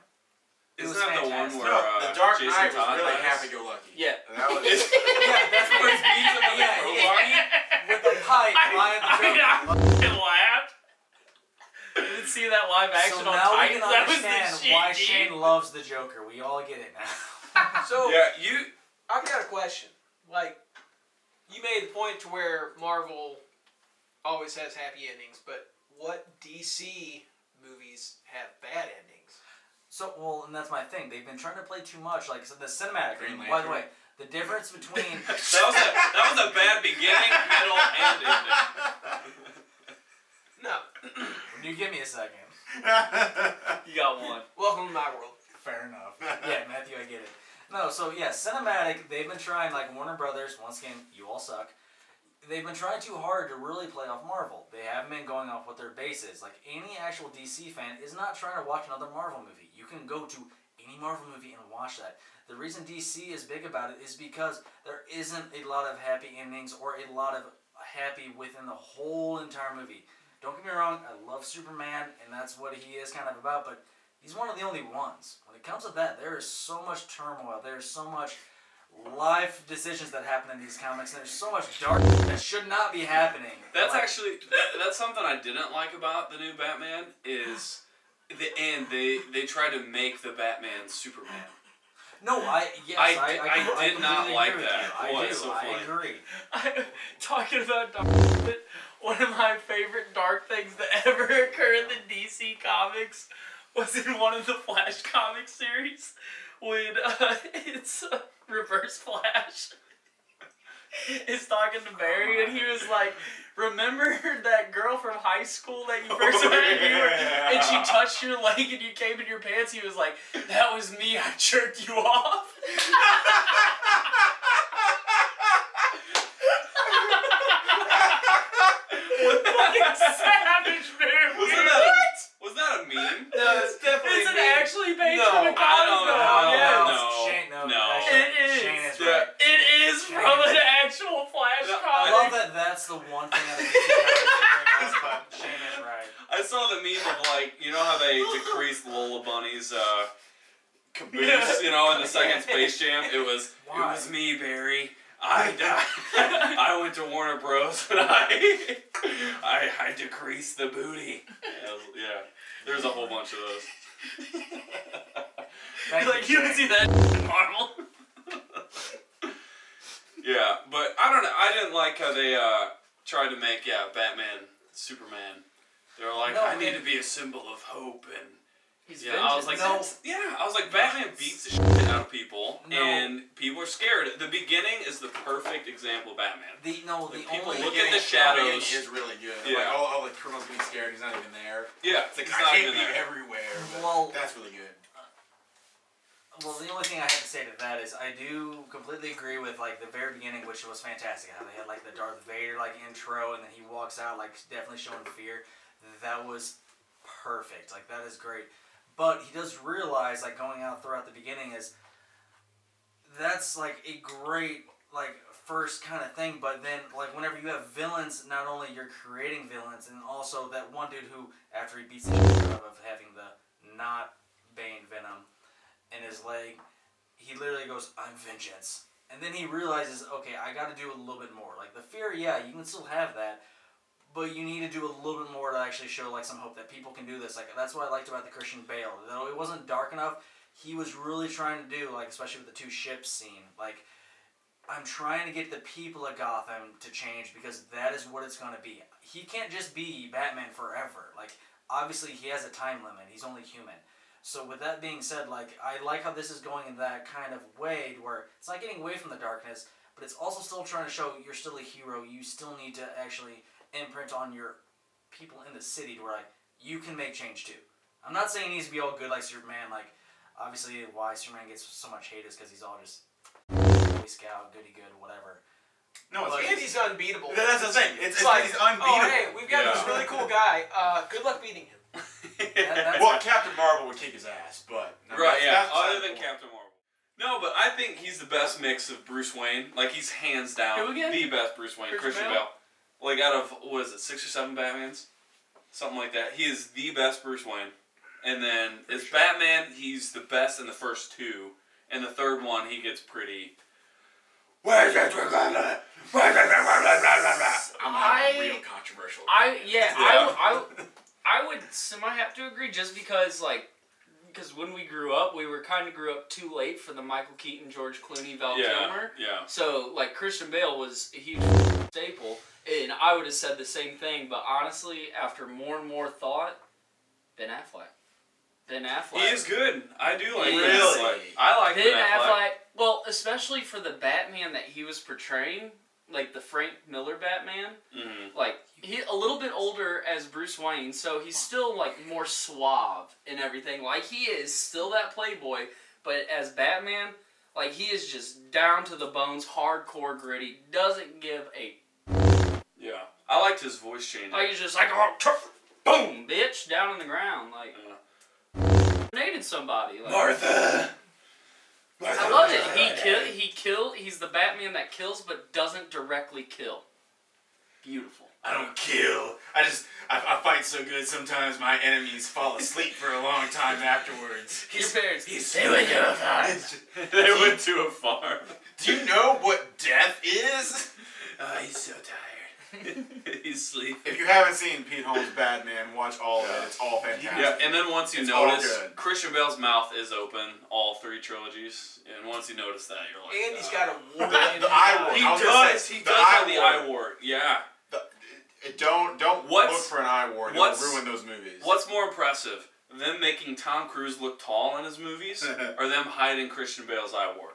[SPEAKER 2] Isn't
[SPEAKER 3] was
[SPEAKER 2] that the
[SPEAKER 3] fantastic.
[SPEAKER 2] one where
[SPEAKER 6] No,
[SPEAKER 2] uh,
[SPEAKER 6] the Dark
[SPEAKER 2] Jason
[SPEAKER 6] Knight was
[SPEAKER 2] Todd
[SPEAKER 6] really
[SPEAKER 2] dies?
[SPEAKER 6] happy go lucky.
[SPEAKER 4] Yeah.
[SPEAKER 6] That was.
[SPEAKER 3] Yeah, that's where he's beating him with
[SPEAKER 2] Yeah,
[SPEAKER 3] the
[SPEAKER 2] he
[SPEAKER 3] crowbar. with the pipe. lying at the
[SPEAKER 4] I,
[SPEAKER 3] joke.
[SPEAKER 4] I, I laughed. I didn't see that live action
[SPEAKER 3] so
[SPEAKER 4] on
[SPEAKER 3] now we
[SPEAKER 4] Titans.
[SPEAKER 3] can
[SPEAKER 4] That was
[SPEAKER 3] understand
[SPEAKER 4] the shit,
[SPEAKER 3] why
[SPEAKER 4] dude.
[SPEAKER 3] Shane loves the Joker. We all get it now.
[SPEAKER 5] So
[SPEAKER 2] Yeah, you.
[SPEAKER 5] I've got a question. Like, you made the point to where Marvel always has happy endings, but what DC movies have bad endings?
[SPEAKER 3] so well, and that's my thing. They've been trying to play too much, like so the cinematic.
[SPEAKER 6] Green
[SPEAKER 3] by the
[SPEAKER 6] Lantern.
[SPEAKER 3] way, the difference between
[SPEAKER 2] That was a that was a bad beginning, middle, and ending.
[SPEAKER 5] No.
[SPEAKER 3] you give me a second.
[SPEAKER 4] You got one.
[SPEAKER 5] Welcome to my world.
[SPEAKER 3] Fair enough. yeah, Matthew, I get it. No, so yeah, cinematic. They've been trying, like Warner Brothers. Once again, you all suck. They've been trying too hard to really play off Marvel. They haven't been going off what their base is. Like any actual DC fan is not trying to watch another Marvel movie. You can go to any Marvel movie and watch that. The reason DC is big about it is because there isn't a lot of happy endings or a lot of happy within the whole entire movie. Don't get me wrong, I love Superman and that's what he is kind of about, but he's one of the only ones. When it comes to that, there is so much turmoil. There's so much life decisions that happen in these comics. And there's so much darkness that should not be happening.
[SPEAKER 2] That's
[SPEAKER 3] Like,
[SPEAKER 2] actually that, that's something I didn't like about the new Batman is the end. They they try to make the Batman Superman.
[SPEAKER 3] no. I yes,
[SPEAKER 2] I-
[SPEAKER 3] I,
[SPEAKER 2] I
[SPEAKER 3] com-
[SPEAKER 2] did not
[SPEAKER 3] completely
[SPEAKER 2] like
[SPEAKER 3] agree with
[SPEAKER 2] that.
[SPEAKER 3] You.
[SPEAKER 2] Boy,
[SPEAKER 3] I do.
[SPEAKER 2] it's so
[SPEAKER 3] I
[SPEAKER 2] funny.
[SPEAKER 3] agree.
[SPEAKER 4] I, talking about dark shit, one of my favorite dark things that ever occurred in the DC comics was in one of the Flash comic series when uh, it's uh, Reverse Flash is talking to Barry and he was like, "Remember that girl from high school that you
[SPEAKER 2] Oh,
[SPEAKER 4] first met and you were, and she touched your leg and you came in your pants?" He was like, "That was me. I jerked you off." Fucking savage, man.
[SPEAKER 2] Wasn't that was that a meme?
[SPEAKER 5] No, it's definitely.
[SPEAKER 4] Is it
[SPEAKER 5] me.
[SPEAKER 4] actually based
[SPEAKER 2] No,
[SPEAKER 4] from a comic
[SPEAKER 2] I don't
[SPEAKER 4] book?
[SPEAKER 2] know.
[SPEAKER 4] Yes.
[SPEAKER 2] No,
[SPEAKER 3] Shane, no,
[SPEAKER 2] no.
[SPEAKER 3] actually,
[SPEAKER 4] It is.
[SPEAKER 3] Shane is
[SPEAKER 2] Yeah.
[SPEAKER 3] right.
[SPEAKER 4] It is from an actual Flash
[SPEAKER 2] No,
[SPEAKER 3] I
[SPEAKER 4] comic.
[SPEAKER 3] love that. That's the one thing that I think about Shane is right.
[SPEAKER 2] I saw the meme of like you know how they decreased Lola Bunny's uh, caboose,
[SPEAKER 4] Yeah.
[SPEAKER 2] you know, in the second Space Jam. It was
[SPEAKER 3] Why?
[SPEAKER 2] it was me, Barry. I died. I went to Warner Bros. and I I, I decreased the booty. Yeah, it was- yeah. there's a whole bunch of those.
[SPEAKER 3] Thank
[SPEAKER 4] like
[SPEAKER 3] you,
[SPEAKER 4] you can
[SPEAKER 3] Shane.
[SPEAKER 4] see that in Marvel.
[SPEAKER 2] Yeah, but I don't know. I didn't like how they uh, tried to make yeah Batman Superman. They're like,
[SPEAKER 3] No,
[SPEAKER 2] I need
[SPEAKER 3] and-
[SPEAKER 2] to be a symbol of hope and
[SPEAKER 4] He's
[SPEAKER 2] Yeah, I was like,
[SPEAKER 3] No.
[SPEAKER 2] "That's- yeah, I was like, Batman beats the shit out of people,
[SPEAKER 3] No.
[SPEAKER 2] and people are scared. The beginning is the perfect example of Batman.
[SPEAKER 3] The no,
[SPEAKER 2] Like,
[SPEAKER 3] the
[SPEAKER 2] people
[SPEAKER 3] only
[SPEAKER 2] look at the
[SPEAKER 6] Batman
[SPEAKER 2] shadows.
[SPEAKER 6] is really good.
[SPEAKER 2] Yeah.
[SPEAKER 6] Like all, all the criminals getting scared. He's not even there.
[SPEAKER 2] Yeah,
[SPEAKER 6] It's like
[SPEAKER 2] he's
[SPEAKER 6] I
[SPEAKER 2] not
[SPEAKER 6] can't
[SPEAKER 2] even
[SPEAKER 6] be
[SPEAKER 2] there.
[SPEAKER 6] everywhere. But
[SPEAKER 3] Well-
[SPEAKER 6] that's really good.
[SPEAKER 3] Well, the only thing I have to say to that is I do completely agree with like the very beginning, which was fantastic. How they had like the Darth Vader like intro, and then he walks out like definitely showing fear. That was perfect. Like that is great. But he does realize like going out throughout the beginning is that's like a great like first kind of thing. But then like whenever you have villains, not only you're creating villains, and also that one dude who after he beats the shit out of having the not Bane Venom in his leg. He literally goes, "I'm vengeance," and then he realizes, "Okay, I got to do a little bit more." Like the fear, yeah, you can still have that, but you need to do a little bit more to actually show like some hope that people can do this. Like that's what I liked about the Christian Bale. Though it wasn't dark enough, he was really trying to do like, especially with the two ships scene, like. I'm trying to get the people of Gotham to change because that is what it's going to be. He can't just be Batman forever. Like, obviously, he has a time limit. He's only human. So with that being said, like I like how this is going in that kind of way where it's not getting away from the darkness, but it's also still trying to show you're still a hero. You still need to actually imprint on your people in the city to where like you can make change too. I'm not saying he needs to be all good like Superman. Like obviously why Superman gets so much hate is because he's all just Boy Scout, goody good, whatever.
[SPEAKER 6] No, it's,
[SPEAKER 3] Like-
[SPEAKER 6] it's,
[SPEAKER 5] Andy's unbeatable.
[SPEAKER 6] that's the thing. It's, it's,
[SPEAKER 5] It's like,
[SPEAKER 6] he's unbeatable.
[SPEAKER 5] oh hey, we've got
[SPEAKER 2] Yeah.
[SPEAKER 5] this really cool guy. Uh, good luck beating him.
[SPEAKER 3] that's-
[SPEAKER 6] well, Captain Marvel would kick his ass, but no,
[SPEAKER 2] right,
[SPEAKER 6] that's-
[SPEAKER 2] yeah.
[SPEAKER 6] that's
[SPEAKER 2] Other than
[SPEAKER 6] beside the point.
[SPEAKER 2] Captain Marvel. No, but I think he's the best mix of Bruce Wayne. Like he's hands down
[SPEAKER 4] Who again?
[SPEAKER 2] the best Bruce Wayne,
[SPEAKER 5] Christian
[SPEAKER 2] Christian Bale.
[SPEAKER 5] Bale?
[SPEAKER 2] Like out of what is it, six or seven Batmans, something like that. He is the best Bruce Wayne. And then as
[SPEAKER 5] sure.
[SPEAKER 2] Batman, he's the best in the first two, and the third one he gets pretty.
[SPEAKER 6] Where's your- where's your- I'm having a real
[SPEAKER 4] I-
[SPEAKER 6] controversial.
[SPEAKER 4] I yeah,
[SPEAKER 2] Yeah.
[SPEAKER 4] I, I I would semi have to agree just because like because when we grew up, we were kind of grew up too late for the Michael Keaton, George Clooney, Val
[SPEAKER 2] Yeah,
[SPEAKER 4] Kilmer.
[SPEAKER 2] yeah.
[SPEAKER 4] So like Christian Bale was a huge staple, and I would have said the same thing. But honestly, after more and more thought, Ben Affleck. Ben Affleck.
[SPEAKER 2] He is good. I do like
[SPEAKER 4] He
[SPEAKER 2] Ben
[SPEAKER 4] is.
[SPEAKER 2] Affleck. I like
[SPEAKER 4] Ben
[SPEAKER 2] Affleck.
[SPEAKER 4] Affleck. Well, especially for the Batman that he was portraying, like the Frank Miller Batman.
[SPEAKER 2] Mhm.
[SPEAKER 4] like he a little bit older as Bruce Wayne, so he's still like more suave and everything. Like he is still that playboy, but as Batman, like he is just down to the bones, hardcore gritty. Doesn't give a
[SPEAKER 2] Yeah, I liked his voice change.
[SPEAKER 4] like. He's just like oh, tur- boom, bitch, down on the ground, like
[SPEAKER 6] Uh-huh.
[SPEAKER 4] grenaded somebody. Like,
[SPEAKER 6] Martha. Martha.
[SPEAKER 4] I love it. He kill. He kill. He's the Batman that kills but doesn't directly kill. Beautiful.
[SPEAKER 6] I don't kill. I just I, I fight so good sometimes my enemies fall asleep for a long time afterwards.
[SPEAKER 4] Your parents.
[SPEAKER 6] He's
[SPEAKER 4] They would do it.
[SPEAKER 2] they went to a farm.
[SPEAKER 6] Do you know what death is? Oh, he's so tired.
[SPEAKER 2] he's sleeping.
[SPEAKER 6] If you haven't seen Pete Holmes' Batman, watch all of it. It's all fantastic.
[SPEAKER 2] Yeah, and then once you
[SPEAKER 6] It's all
[SPEAKER 2] notice
[SPEAKER 6] good.
[SPEAKER 2] Christian Bale's mouth is open, all three trilogies, and once you notice that, you're like,
[SPEAKER 5] Andy's
[SPEAKER 2] uh,
[SPEAKER 5] got a war.
[SPEAKER 6] The- the eye war.
[SPEAKER 2] He
[SPEAKER 6] I was gonna
[SPEAKER 2] does.
[SPEAKER 6] say,
[SPEAKER 2] He
[SPEAKER 6] the
[SPEAKER 2] does
[SPEAKER 6] eye
[SPEAKER 2] have the
[SPEAKER 6] wart.
[SPEAKER 2] eye wart. Yeah.
[SPEAKER 6] Uh, Don't don't
[SPEAKER 2] What's-
[SPEAKER 6] look for an eye ward. It'll
[SPEAKER 2] what's-
[SPEAKER 6] ruin those movies.
[SPEAKER 2] What's more impressive, them making Tom Cruise look tall in his movies, or them hiding Christian Bale's eye wart?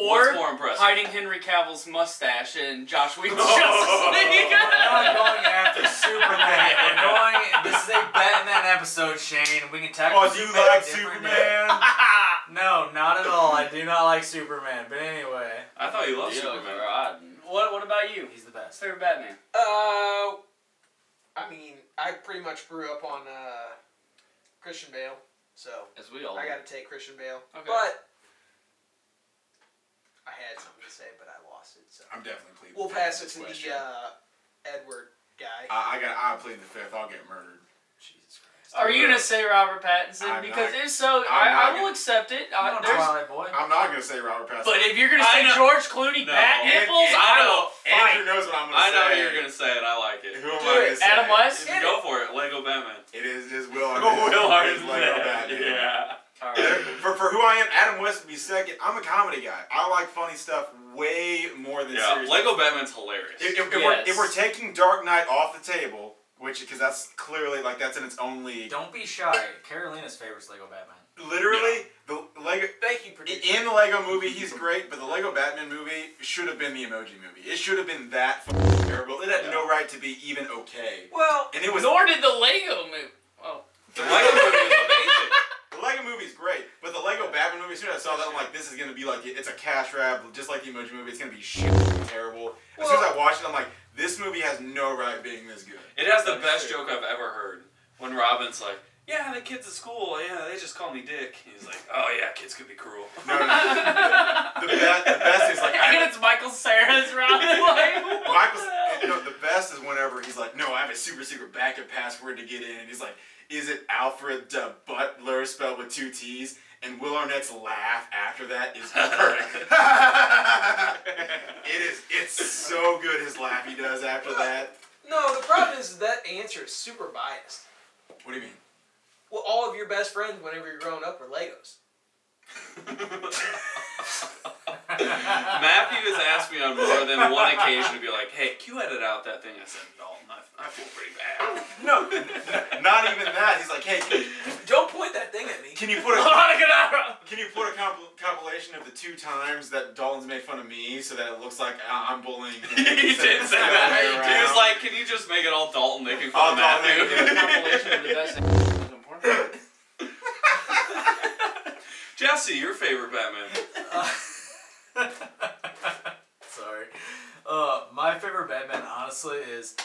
[SPEAKER 4] Or
[SPEAKER 2] What's more impressive?
[SPEAKER 4] hiding Henry Cavill's mustache and Josh Whedon's
[SPEAKER 2] Oh.
[SPEAKER 4] Justice League.
[SPEAKER 3] We're not going after Superman. We're going. This is a Batman episode, Shane. We can tackle.
[SPEAKER 6] Oh, do you
[SPEAKER 3] Superman
[SPEAKER 6] like
[SPEAKER 3] different
[SPEAKER 6] Superman?
[SPEAKER 3] day. No, not at all. I do not like Superman. But anyway,
[SPEAKER 2] I thought you loved
[SPEAKER 4] Yeah,
[SPEAKER 2] Superman.
[SPEAKER 4] God. What What about you?
[SPEAKER 3] he's the best.
[SPEAKER 4] Favorite Batman?
[SPEAKER 5] Uh, I mean, I pretty much grew up on uh, Christian Bale, so
[SPEAKER 4] As we all.
[SPEAKER 5] I got to take Christian Bale.
[SPEAKER 4] Okay.
[SPEAKER 5] But I had something to say, but I lost it. So
[SPEAKER 6] I'm definitely pleading.
[SPEAKER 5] we'll
[SPEAKER 6] the
[SPEAKER 5] pass it
[SPEAKER 6] fifth
[SPEAKER 5] to
[SPEAKER 6] on this
[SPEAKER 5] the
[SPEAKER 6] question. Uh,
[SPEAKER 5] uh, Edward guy.
[SPEAKER 6] I, I got. I plead the fifth. I'll get murdered.
[SPEAKER 3] Jesus Christ.
[SPEAKER 4] Are you gonna say Robert Pattinson?
[SPEAKER 6] I'm
[SPEAKER 4] because
[SPEAKER 6] not-
[SPEAKER 4] if so,
[SPEAKER 6] I'm not
[SPEAKER 4] I, I
[SPEAKER 6] gonna-
[SPEAKER 4] will accept it.
[SPEAKER 3] Come on,
[SPEAKER 4] I, Uh, there's,
[SPEAKER 3] Twilight boy.
[SPEAKER 6] I'm not gonna say Robert Pattinson.
[SPEAKER 4] but if you're gonna
[SPEAKER 2] I
[SPEAKER 4] say
[SPEAKER 2] know-
[SPEAKER 4] George Clooney,
[SPEAKER 2] No.
[SPEAKER 4] Bat
[SPEAKER 2] And-
[SPEAKER 4] nipples,
[SPEAKER 2] and
[SPEAKER 4] I
[SPEAKER 2] I
[SPEAKER 4] will
[SPEAKER 2] know-
[SPEAKER 6] Andrew
[SPEAKER 4] fight.
[SPEAKER 6] knows what I'm gonna
[SPEAKER 2] I
[SPEAKER 6] say.
[SPEAKER 2] know you're gonna say it. I like it.
[SPEAKER 6] Who am
[SPEAKER 5] Do
[SPEAKER 6] I gonna
[SPEAKER 5] it,
[SPEAKER 6] say?
[SPEAKER 4] Adam West.
[SPEAKER 5] Hit
[SPEAKER 2] Go for it. Lego Batman.
[SPEAKER 6] It is just Will Arnett.
[SPEAKER 2] Will
[SPEAKER 6] It's Lego Batman.
[SPEAKER 2] Yeah.
[SPEAKER 4] All right.
[SPEAKER 6] for, for who I am, Adam West would be second. I'm a comedy guy. I like funny stuff way more than
[SPEAKER 2] Yeah.
[SPEAKER 6] serious.
[SPEAKER 2] Lego Batman's hilarious.
[SPEAKER 6] if, if, if we're,
[SPEAKER 4] Yes.
[SPEAKER 6] if we're taking Dark Knight off the table, which because that's clearly like that's in its own league.
[SPEAKER 3] Don't be shy. Carolina's favorite's Lego Batman.
[SPEAKER 6] Literally, the Lego
[SPEAKER 5] Thank you, producer.
[SPEAKER 6] in the Lego movie he's great, but the Lego Batman movie should have been the Emoji movie. It should have been that fucking terrible. It had no right to be even okay.
[SPEAKER 5] well,
[SPEAKER 6] And it was
[SPEAKER 4] Nor did the Lego move. Oh,
[SPEAKER 2] The Lego movie is amazing.
[SPEAKER 6] The Lego movie's great, but the Lego Batman movie, as soon as I saw that, I'm like, this is gonna be like it's a cash grab, just like the Emoji movie. It's gonna be shit, terrible. As soon as I watched it, I'm like, this movie has no right being this good.
[SPEAKER 2] It has the
[SPEAKER 4] That's
[SPEAKER 2] best
[SPEAKER 4] true.
[SPEAKER 2] joke I've ever heard. When Robin's like, "Yeah, the kids at school, yeah, they just call me Dick." He's like, "Oh yeah, kids could be cruel."
[SPEAKER 6] No, no, no. The, best, the best is like I
[SPEAKER 4] and it's Michael Sarah's Robin. Like, what
[SPEAKER 6] Michael's
[SPEAKER 4] the hell?
[SPEAKER 6] no, the best is whenever he's like, no, I have a super secret backup password to get in. And he's like, is it Alfred the Butler spelled with two T's? And Will Arnett's laugh after that is perfect. it is. It's so good. His laugh he does after that.
[SPEAKER 5] No, the problem is that answer is super biased.
[SPEAKER 6] What do you mean?
[SPEAKER 5] Well, all of your best friends, whenever you're growing up, were Legos.
[SPEAKER 2] Matthew has asked me on more than one occasion to be like, "Hey, can you edit out that thing?" I said, "No, I, I feel pretty bad."
[SPEAKER 6] No, not even that. He's like, hey, can,
[SPEAKER 5] Don't point that thing at me.
[SPEAKER 6] can you put a
[SPEAKER 4] Monogatara.
[SPEAKER 6] Can you put a comp- compilation of the two times that Dalton's made fun of me so that it looks like I- I'm bullying him?
[SPEAKER 2] he did say that. He was
[SPEAKER 6] Around.
[SPEAKER 2] like, "Can you just make it all Dalton making fun
[SPEAKER 6] All
[SPEAKER 2] of Matthew?"
[SPEAKER 6] Dalton, yeah.
[SPEAKER 4] compilation of the best things in porn.
[SPEAKER 2] Jesse, your favorite Batman?
[SPEAKER 3] Sorry. Uh, my favorite Batman, honestly, is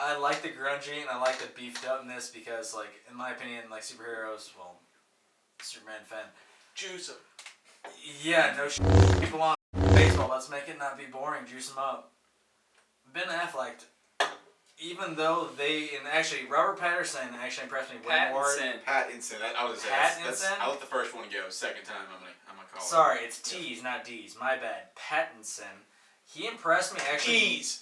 [SPEAKER 3] I like the grungy and I like the beefed upness because, like, in my opinion, like superheroes, well, Superman fan.
[SPEAKER 5] Juice 'em.
[SPEAKER 3] Yeah, no shit. People on baseball. Let's make it not be boring. Juice them up. Ben Affleck, even though they and actually Robert Patterson actually impressed me way more.
[SPEAKER 4] Pattinson.
[SPEAKER 6] Pattinson. That, I was gonna say. That's,
[SPEAKER 3] Pattinson?
[SPEAKER 6] That's, I let the first one go. Second time, I'm gonna, I'm gonna call
[SPEAKER 3] Sorry, it's T's, not D's. My bad. Pattinson. He impressed me actually.
[SPEAKER 5] Jeez.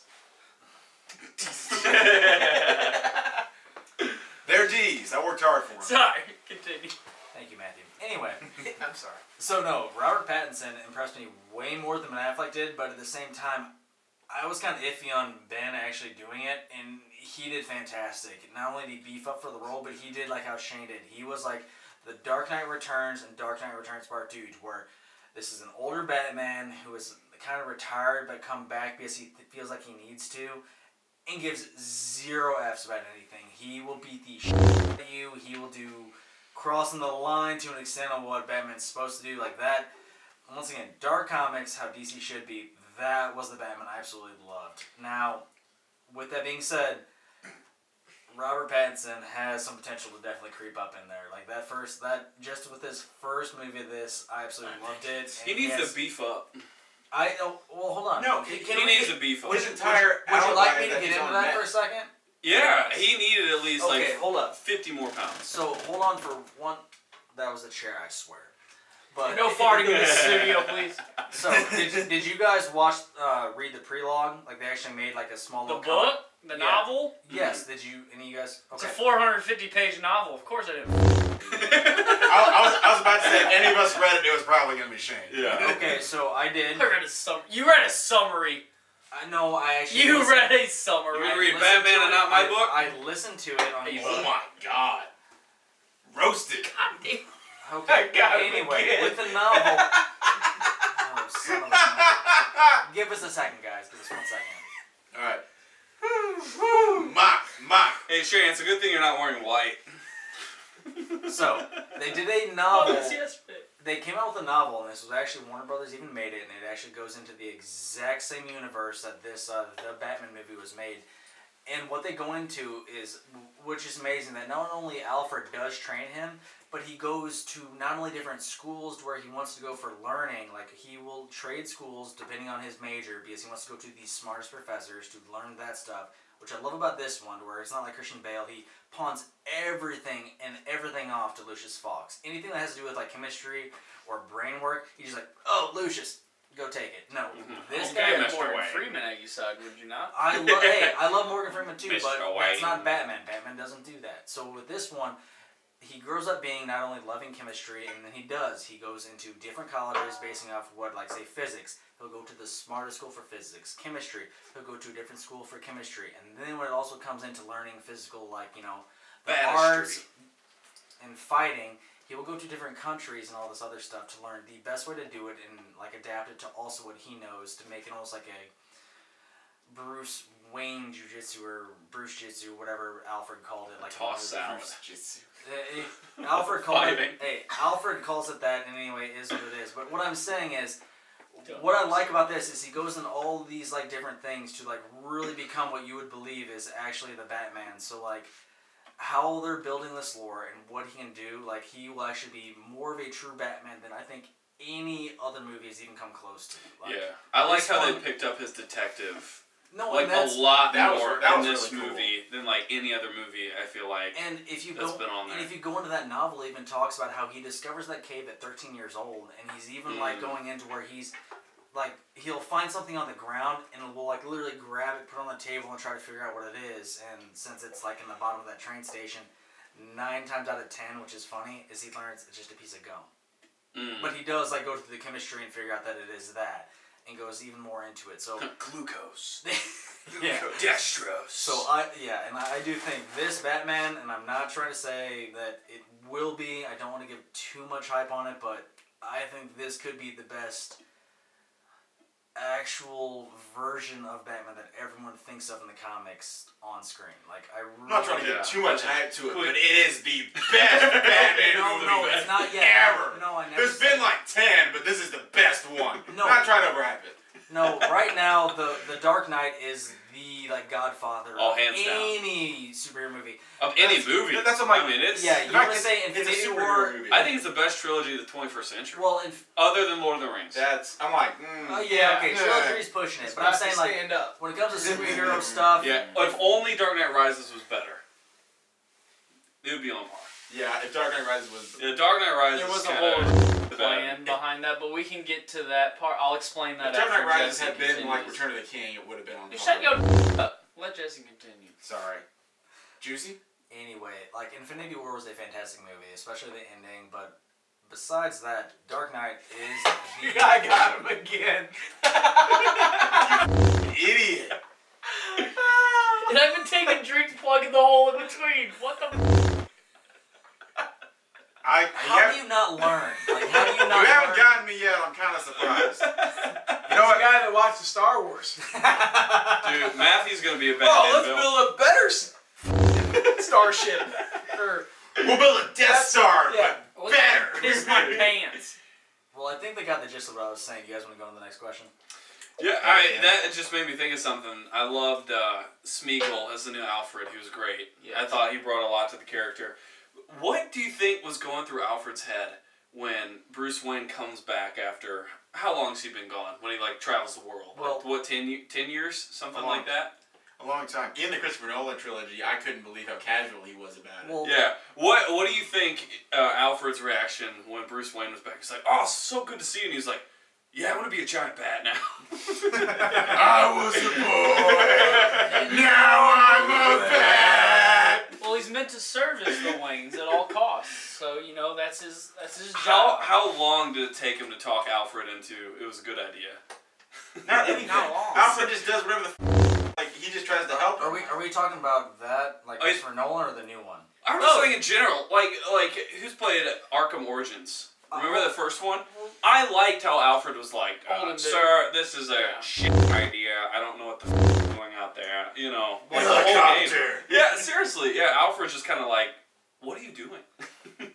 [SPEAKER 6] it. They're D's. I worked hard for them.
[SPEAKER 4] Sorry, continue.
[SPEAKER 3] Thank you, Matthew. Anyway.
[SPEAKER 5] I'm sorry.
[SPEAKER 3] So no, Robert Pattinson impressed me way more than Ben Affleck did, but at the same time, I was kind of iffy on Ben actually doing it, and he did fantastic. Not only did he beef up for the role, but he did like how Shane did. He was like the Dark Knight Returns and Dark Knight Returns Part Two, where this is an older Batman who is kind of retired but come back because he th- feels like he needs to, and gives zero f's about anything. He will beat the shit out of you. He will do crossing the line to an extent on what Batman's supposed to do, like that. Once again, Dark Comics, how DC should be. That was the Batman I absolutely loved. Now, with that being said, Robert Pattinson has some potential to definitely creep up in there. Like that first, that just with his first movie, of this I absolutely loved it.
[SPEAKER 2] He
[SPEAKER 3] and
[SPEAKER 2] needs
[SPEAKER 3] has-
[SPEAKER 2] to beef up.
[SPEAKER 3] I oh, well, hold on.
[SPEAKER 6] No,
[SPEAKER 3] Can-
[SPEAKER 6] he-
[SPEAKER 3] can
[SPEAKER 2] he
[SPEAKER 3] we-
[SPEAKER 2] needs to beef up.
[SPEAKER 6] His entire
[SPEAKER 3] Would you like
[SPEAKER 6] alibi
[SPEAKER 3] me to
[SPEAKER 6] that
[SPEAKER 3] get
[SPEAKER 6] he's
[SPEAKER 3] into
[SPEAKER 6] on
[SPEAKER 3] that
[SPEAKER 6] meth.
[SPEAKER 3] for a second?
[SPEAKER 2] yeah, he needed at least
[SPEAKER 3] Okay,
[SPEAKER 2] like
[SPEAKER 3] hold up.
[SPEAKER 2] fifty more pounds.
[SPEAKER 3] So hold on for one. That was the chair, I swear. But
[SPEAKER 4] No farting in the studio, please.
[SPEAKER 3] So did, you- did you guys watch uh, read the prelogue? Like they actually made like a small
[SPEAKER 4] The
[SPEAKER 3] little comic-
[SPEAKER 4] book, the
[SPEAKER 3] Yeah.
[SPEAKER 4] novel.
[SPEAKER 3] Yes. Did you? Any of you guys?
[SPEAKER 4] It's a
[SPEAKER 3] Okay.
[SPEAKER 4] 450 page novel. Of course I didn't.
[SPEAKER 6] I, I was, I was about to say, if any of us read it, it was probably gonna be Shane.
[SPEAKER 2] Yeah.
[SPEAKER 3] Okay. So I did.
[SPEAKER 4] I read a sum. You read a summary.
[SPEAKER 3] I know. I actually.
[SPEAKER 4] You
[SPEAKER 3] listened-
[SPEAKER 4] read a
[SPEAKER 2] You
[SPEAKER 4] summary.
[SPEAKER 2] read
[SPEAKER 3] I listened
[SPEAKER 2] Batman
[SPEAKER 3] to
[SPEAKER 2] and
[SPEAKER 3] it-
[SPEAKER 2] not my
[SPEAKER 3] I-
[SPEAKER 2] book?
[SPEAKER 3] I listened to it on.
[SPEAKER 6] Oh my god. Roasted.
[SPEAKER 3] Okay.
[SPEAKER 4] I got it
[SPEAKER 3] anyway,
[SPEAKER 4] again.
[SPEAKER 3] with the novel. oh, son of a. Give us a second, guys. Give us one second.
[SPEAKER 6] All right. Mock, mock.
[SPEAKER 2] Hey Shane, it's a good thing you're not wearing white.
[SPEAKER 3] So they did a
[SPEAKER 4] Oh,
[SPEAKER 3] novel.
[SPEAKER 4] this yesterday.
[SPEAKER 3] They came out with a novel, and this was actually Warner Brothers even made it, and it actually goes into the exact same universe that this uh, the Batman movie was made. And what they go into is, which is amazing, that not only Alfred does train him, but he goes to not only different schools to where he wants to go for learning. Like he will trade schools depending on his major because he wants to go to the smartest professors to learn that stuff. Which I love about this one, where it's not like Christian Bale. He pawns everything and everything off to Lucius Fox. Anything that has to do with like chemistry or brain work, he's just like, "Oh, Lucius, go take it." No, this
[SPEAKER 2] Okay,
[SPEAKER 3] guy
[SPEAKER 2] Mr.
[SPEAKER 4] Morgan
[SPEAKER 2] Wayne.
[SPEAKER 4] Freeman at you side, would you not?
[SPEAKER 3] I love. hey, I love Morgan Freeman too, but
[SPEAKER 2] Mr. Wayne.
[SPEAKER 3] that's not Batman. Batman doesn't do that. So with this one, he grows up being not only loving chemistry, and then he does. He goes into different colleges, basing off what, like say, physics. He'll go to the smartest school for physics, chemistry. He'll go to a different school for chemistry, and then when it also comes into learning physical, like you know, the
[SPEAKER 2] Bastard.
[SPEAKER 3] arts and fighting. He will go to different countries and all this other stuff to learn the best way to do it and like adapt it to also what he knows to make it almost like a Bruce Wayne jujitsu or Bruce Jitsu, whatever Alfred called it. Like
[SPEAKER 2] Toss
[SPEAKER 3] one of the
[SPEAKER 2] salad.
[SPEAKER 3] different- Eh, eh, Alfred called it.
[SPEAKER 2] Fighting.
[SPEAKER 3] Hey, Alfred calls it that, and anyway, it is what it is. But what I'm saying is, what I like about this is he goes in all these like different things to like really become what you would believe is actually the Batman. So like how they're building this lore and what he can do, like he will actually be more of a true Batman than I think any other movie has even come close to. Like,
[SPEAKER 2] yeah, I like
[SPEAKER 3] this
[SPEAKER 2] how they
[SPEAKER 3] one-
[SPEAKER 2] picked up his detective
[SPEAKER 3] No,
[SPEAKER 2] like
[SPEAKER 3] and that's
[SPEAKER 2] a lot
[SPEAKER 6] that was-
[SPEAKER 2] more
[SPEAKER 6] that
[SPEAKER 2] in
[SPEAKER 6] was
[SPEAKER 2] this
[SPEAKER 6] really cool.
[SPEAKER 2] movie than like any other movie. I feel like
[SPEAKER 3] and if you
[SPEAKER 2] that's
[SPEAKER 3] go
[SPEAKER 2] been on
[SPEAKER 3] and
[SPEAKER 2] there.
[SPEAKER 3] if you go into that novel, it even talks about how he discovers that cave at 13 years old, and he's even like
[SPEAKER 2] Mm.
[SPEAKER 3] going into where he's like he'll find something on the ground and will like literally grab it, put it on the table, and try to figure out what it is. And since it's like in the bottom of that train station, nine times out of ten, which is funny, is he learns it's just a piece of gum.
[SPEAKER 2] Mm.
[SPEAKER 3] But he does like go through the chemistry and figure out that it is that, and goes even more into it. So
[SPEAKER 2] glucose,
[SPEAKER 3] yeah.
[SPEAKER 2] dextrose.
[SPEAKER 3] So uh, I yeah, and I, I do think this Batman, and I'm not trying to say that it will be. I don't want to give too much hype on it, but I think this could be the best actual version of Batman that everyone thinks of in the comics on screen. Like I really
[SPEAKER 6] I'm not trying to
[SPEAKER 2] Yeah.
[SPEAKER 6] get too much hype to it,
[SPEAKER 2] Cool.
[SPEAKER 6] but it is the best Batman
[SPEAKER 3] No,
[SPEAKER 6] movie
[SPEAKER 3] no, it's not yet.
[SPEAKER 6] ever.
[SPEAKER 3] No, I never.
[SPEAKER 6] There's
[SPEAKER 3] said-
[SPEAKER 6] been like ten, but this is the best one.
[SPEAKER 3] No.
[SPEAKER 6] Not trying to overhype it.
[SPEAKER 3] No, right now the the Dark Knight is the like Godfather
[SPEAKER 2] Oh,
[SPEAKER 3] of
[SPEAKER 2] hands down.
[SPEAKER 3] any superhero movie.
[SPEAKER 2] of any
[SPEAKER 6] That's-
[SPEAKER 2] movie.
[SPEAKER 6] that's what my-
[SPEAKER 2] I mean, it's
[SPEAKER 3] Yeah,
[SPEAKER 6] In
[SPEAKER 3] you
[SPEAKER 6] fact,
[SPEAKER 3] want to say
[SPEAKER 6] it's-
[SPEAKER 3] Infinity
[SPEAKER 6] it's a
[SPEAKER 3] War?
[SPEAKER 6] superhero movie.
[SPEAKER 2] I think it's the best trilogy of the 21st century,
[SPEAKER 3] Well, in
[SPEAKER 2] other than Lord of the Rings.
[SPEAKER 6] that's. I'm like. Mm,
[SPEAKER 3] Oh yeah, okay,
[SPEAKER 6] yeah.
[SPEAKER 3] trilogy's pushing it, but I'm
[SPEAKER 5] About to
[SPEAKER 3] saying like
[SPEAKER 5] stand up.
[SPEAKER 3] when it comes to superhero stuff,
[SPEAKER 2] yeah, if only Dark Knight Rises was better, it would be on par.
[SPEAKER 6] Yeah, if Dark Knight Rises was.
[SPEAKER 2] Yeah, Dark Knight Rises.
[SPEAKER 4] There was a
[SPEAKER 2] whole
[SPEAKER 4] plan behind that, but we can get to that part. I'll explain that.
[SPEAKER 6] If Dark
[SPEAKER 4] after
[SPEAKER 6] Knight Rises
[SPEAKER 4] Jesse
[SPEAKER 6] had been like
[SPEAKER 4] continues.
[SPEAKER 6] Return of the King, it would have been on.
[SPEAKER 4] You
[SPEAKER 6] par.
[SPEAKER 4] shut your up. Let Jesse continue.
[SPEAKER 6] Sorry. Juicy.
[SPEAKER 3] anyway, like Infinity War was a fantastic movie, especially the ending, but besides that, Dark Knight is the
[SPEAKER 5] I got him again.
[SPEAKER 6] Idiot.
[SPEAKER 4] And I've been taking drinks, plugging the hole in between. What the? F-
[SPEAKER 6] I.
[SPEAKER 3] How do you not learn? Like how do you not
[SPEAKER 6] you haven't
[SPEAKER 3] learn?
[SPEAKER 6] gotten me yet. I'm kind of surprised. you know
[SPEAKER 5] That's the
[SPEAKER 6] what?
[SPEAKER 5] guy that watched the Star Wars.
[SPEAKER 2] Dude, Matthew's gonna be a bad
[SPEAKER 5] Oh,
[SPEAKER 2] man,
[SPEAKER 5] let's
[SPEAKER 2] Bill.
[SPEAKER 5] build a better s- starship. Or
[SPEAKER 6] We'll build a Death
[SPEAKER 5] That's-
[SPEAKER 6] Star,
[SPEAKER 5] yeah.
[SPEAKER 6] but better.
[SPEAKER 4] Piss my pants.
[SPEAKER 3] Well, I think they got the gist of what I was saying. You guys want to go on to the next question?
[SPEAKER 2] Yeah, I, that just made me think of something. I loved uh, Smeagol as the new Alfred. He was great. I thought he brought a lot to the character. What do you think was going through Alfred's head when Bruce Wayne comes back after how long's he been gone? When he like travels the world?
[SPEAKER 3] Well-
[SPEAKER 2] like, what 10, ye- 10 years, something
[SPEAKER 5] Uh-huh.
[SPEAKER 6] How long?
[SPEAKER 2] like that.
[SPEAKER 6] A long time. In the Christopher Nolan trilogy, I couldn't believe how casual he was about it.
[SPEAKER 3] Well,
[SPEAKER 2] Yeah. What What do you think uh, Alfred's reaction when Bruce Wayne was back? He's like, "Oh, so good to see you." And he's like, "Yeah, I want to be a giant bat now."
[SPEAKER 6] I was a boy. now I'm a bat.
[SPEAKER 4] Well, he's meant to service the Waynes at all costs, so you know that's his that's his
[SPEAKER 2] How
[SPEAKER 4] job.
[SPEAKER 2] how long did it take him to talk Alfred into it was a good idea?
[SPEAKER 6] Not anything.
[SPEAKER 5] Not long.
[SPEAKER 6] Alfred just does whatever the f- like he just tries to help.
[SPEAKER 3] Are we are we talking about that like
[SPEAKER 2] Oh, yeah.
[SPEAKER 3] Christopher Nolan or the new one?
[SPEAKER 2] I'm
[SPEAKER 4] Oh.
[SPEAKER 2] just saying in general, like like who's played Arkham Origins? Remember the first one? I liked how Alfred was like,
[SPEAKER 4] Uh-huh. Hold
[SPEAKER 2] uh,
[SPEAKER 4] him
[SPEAKER 2] "Sir, this is a
[SPEAKER 4] Yeah.
[SPEAKER 2] shit idea. I don't know what the f- is going out there. You know, like the whole game.
[SPEAKER 6] Helicopter.
[SPEAKER 2] Yeah, seriously. Yeah, Alfred's just kind of like, "What are you doing?"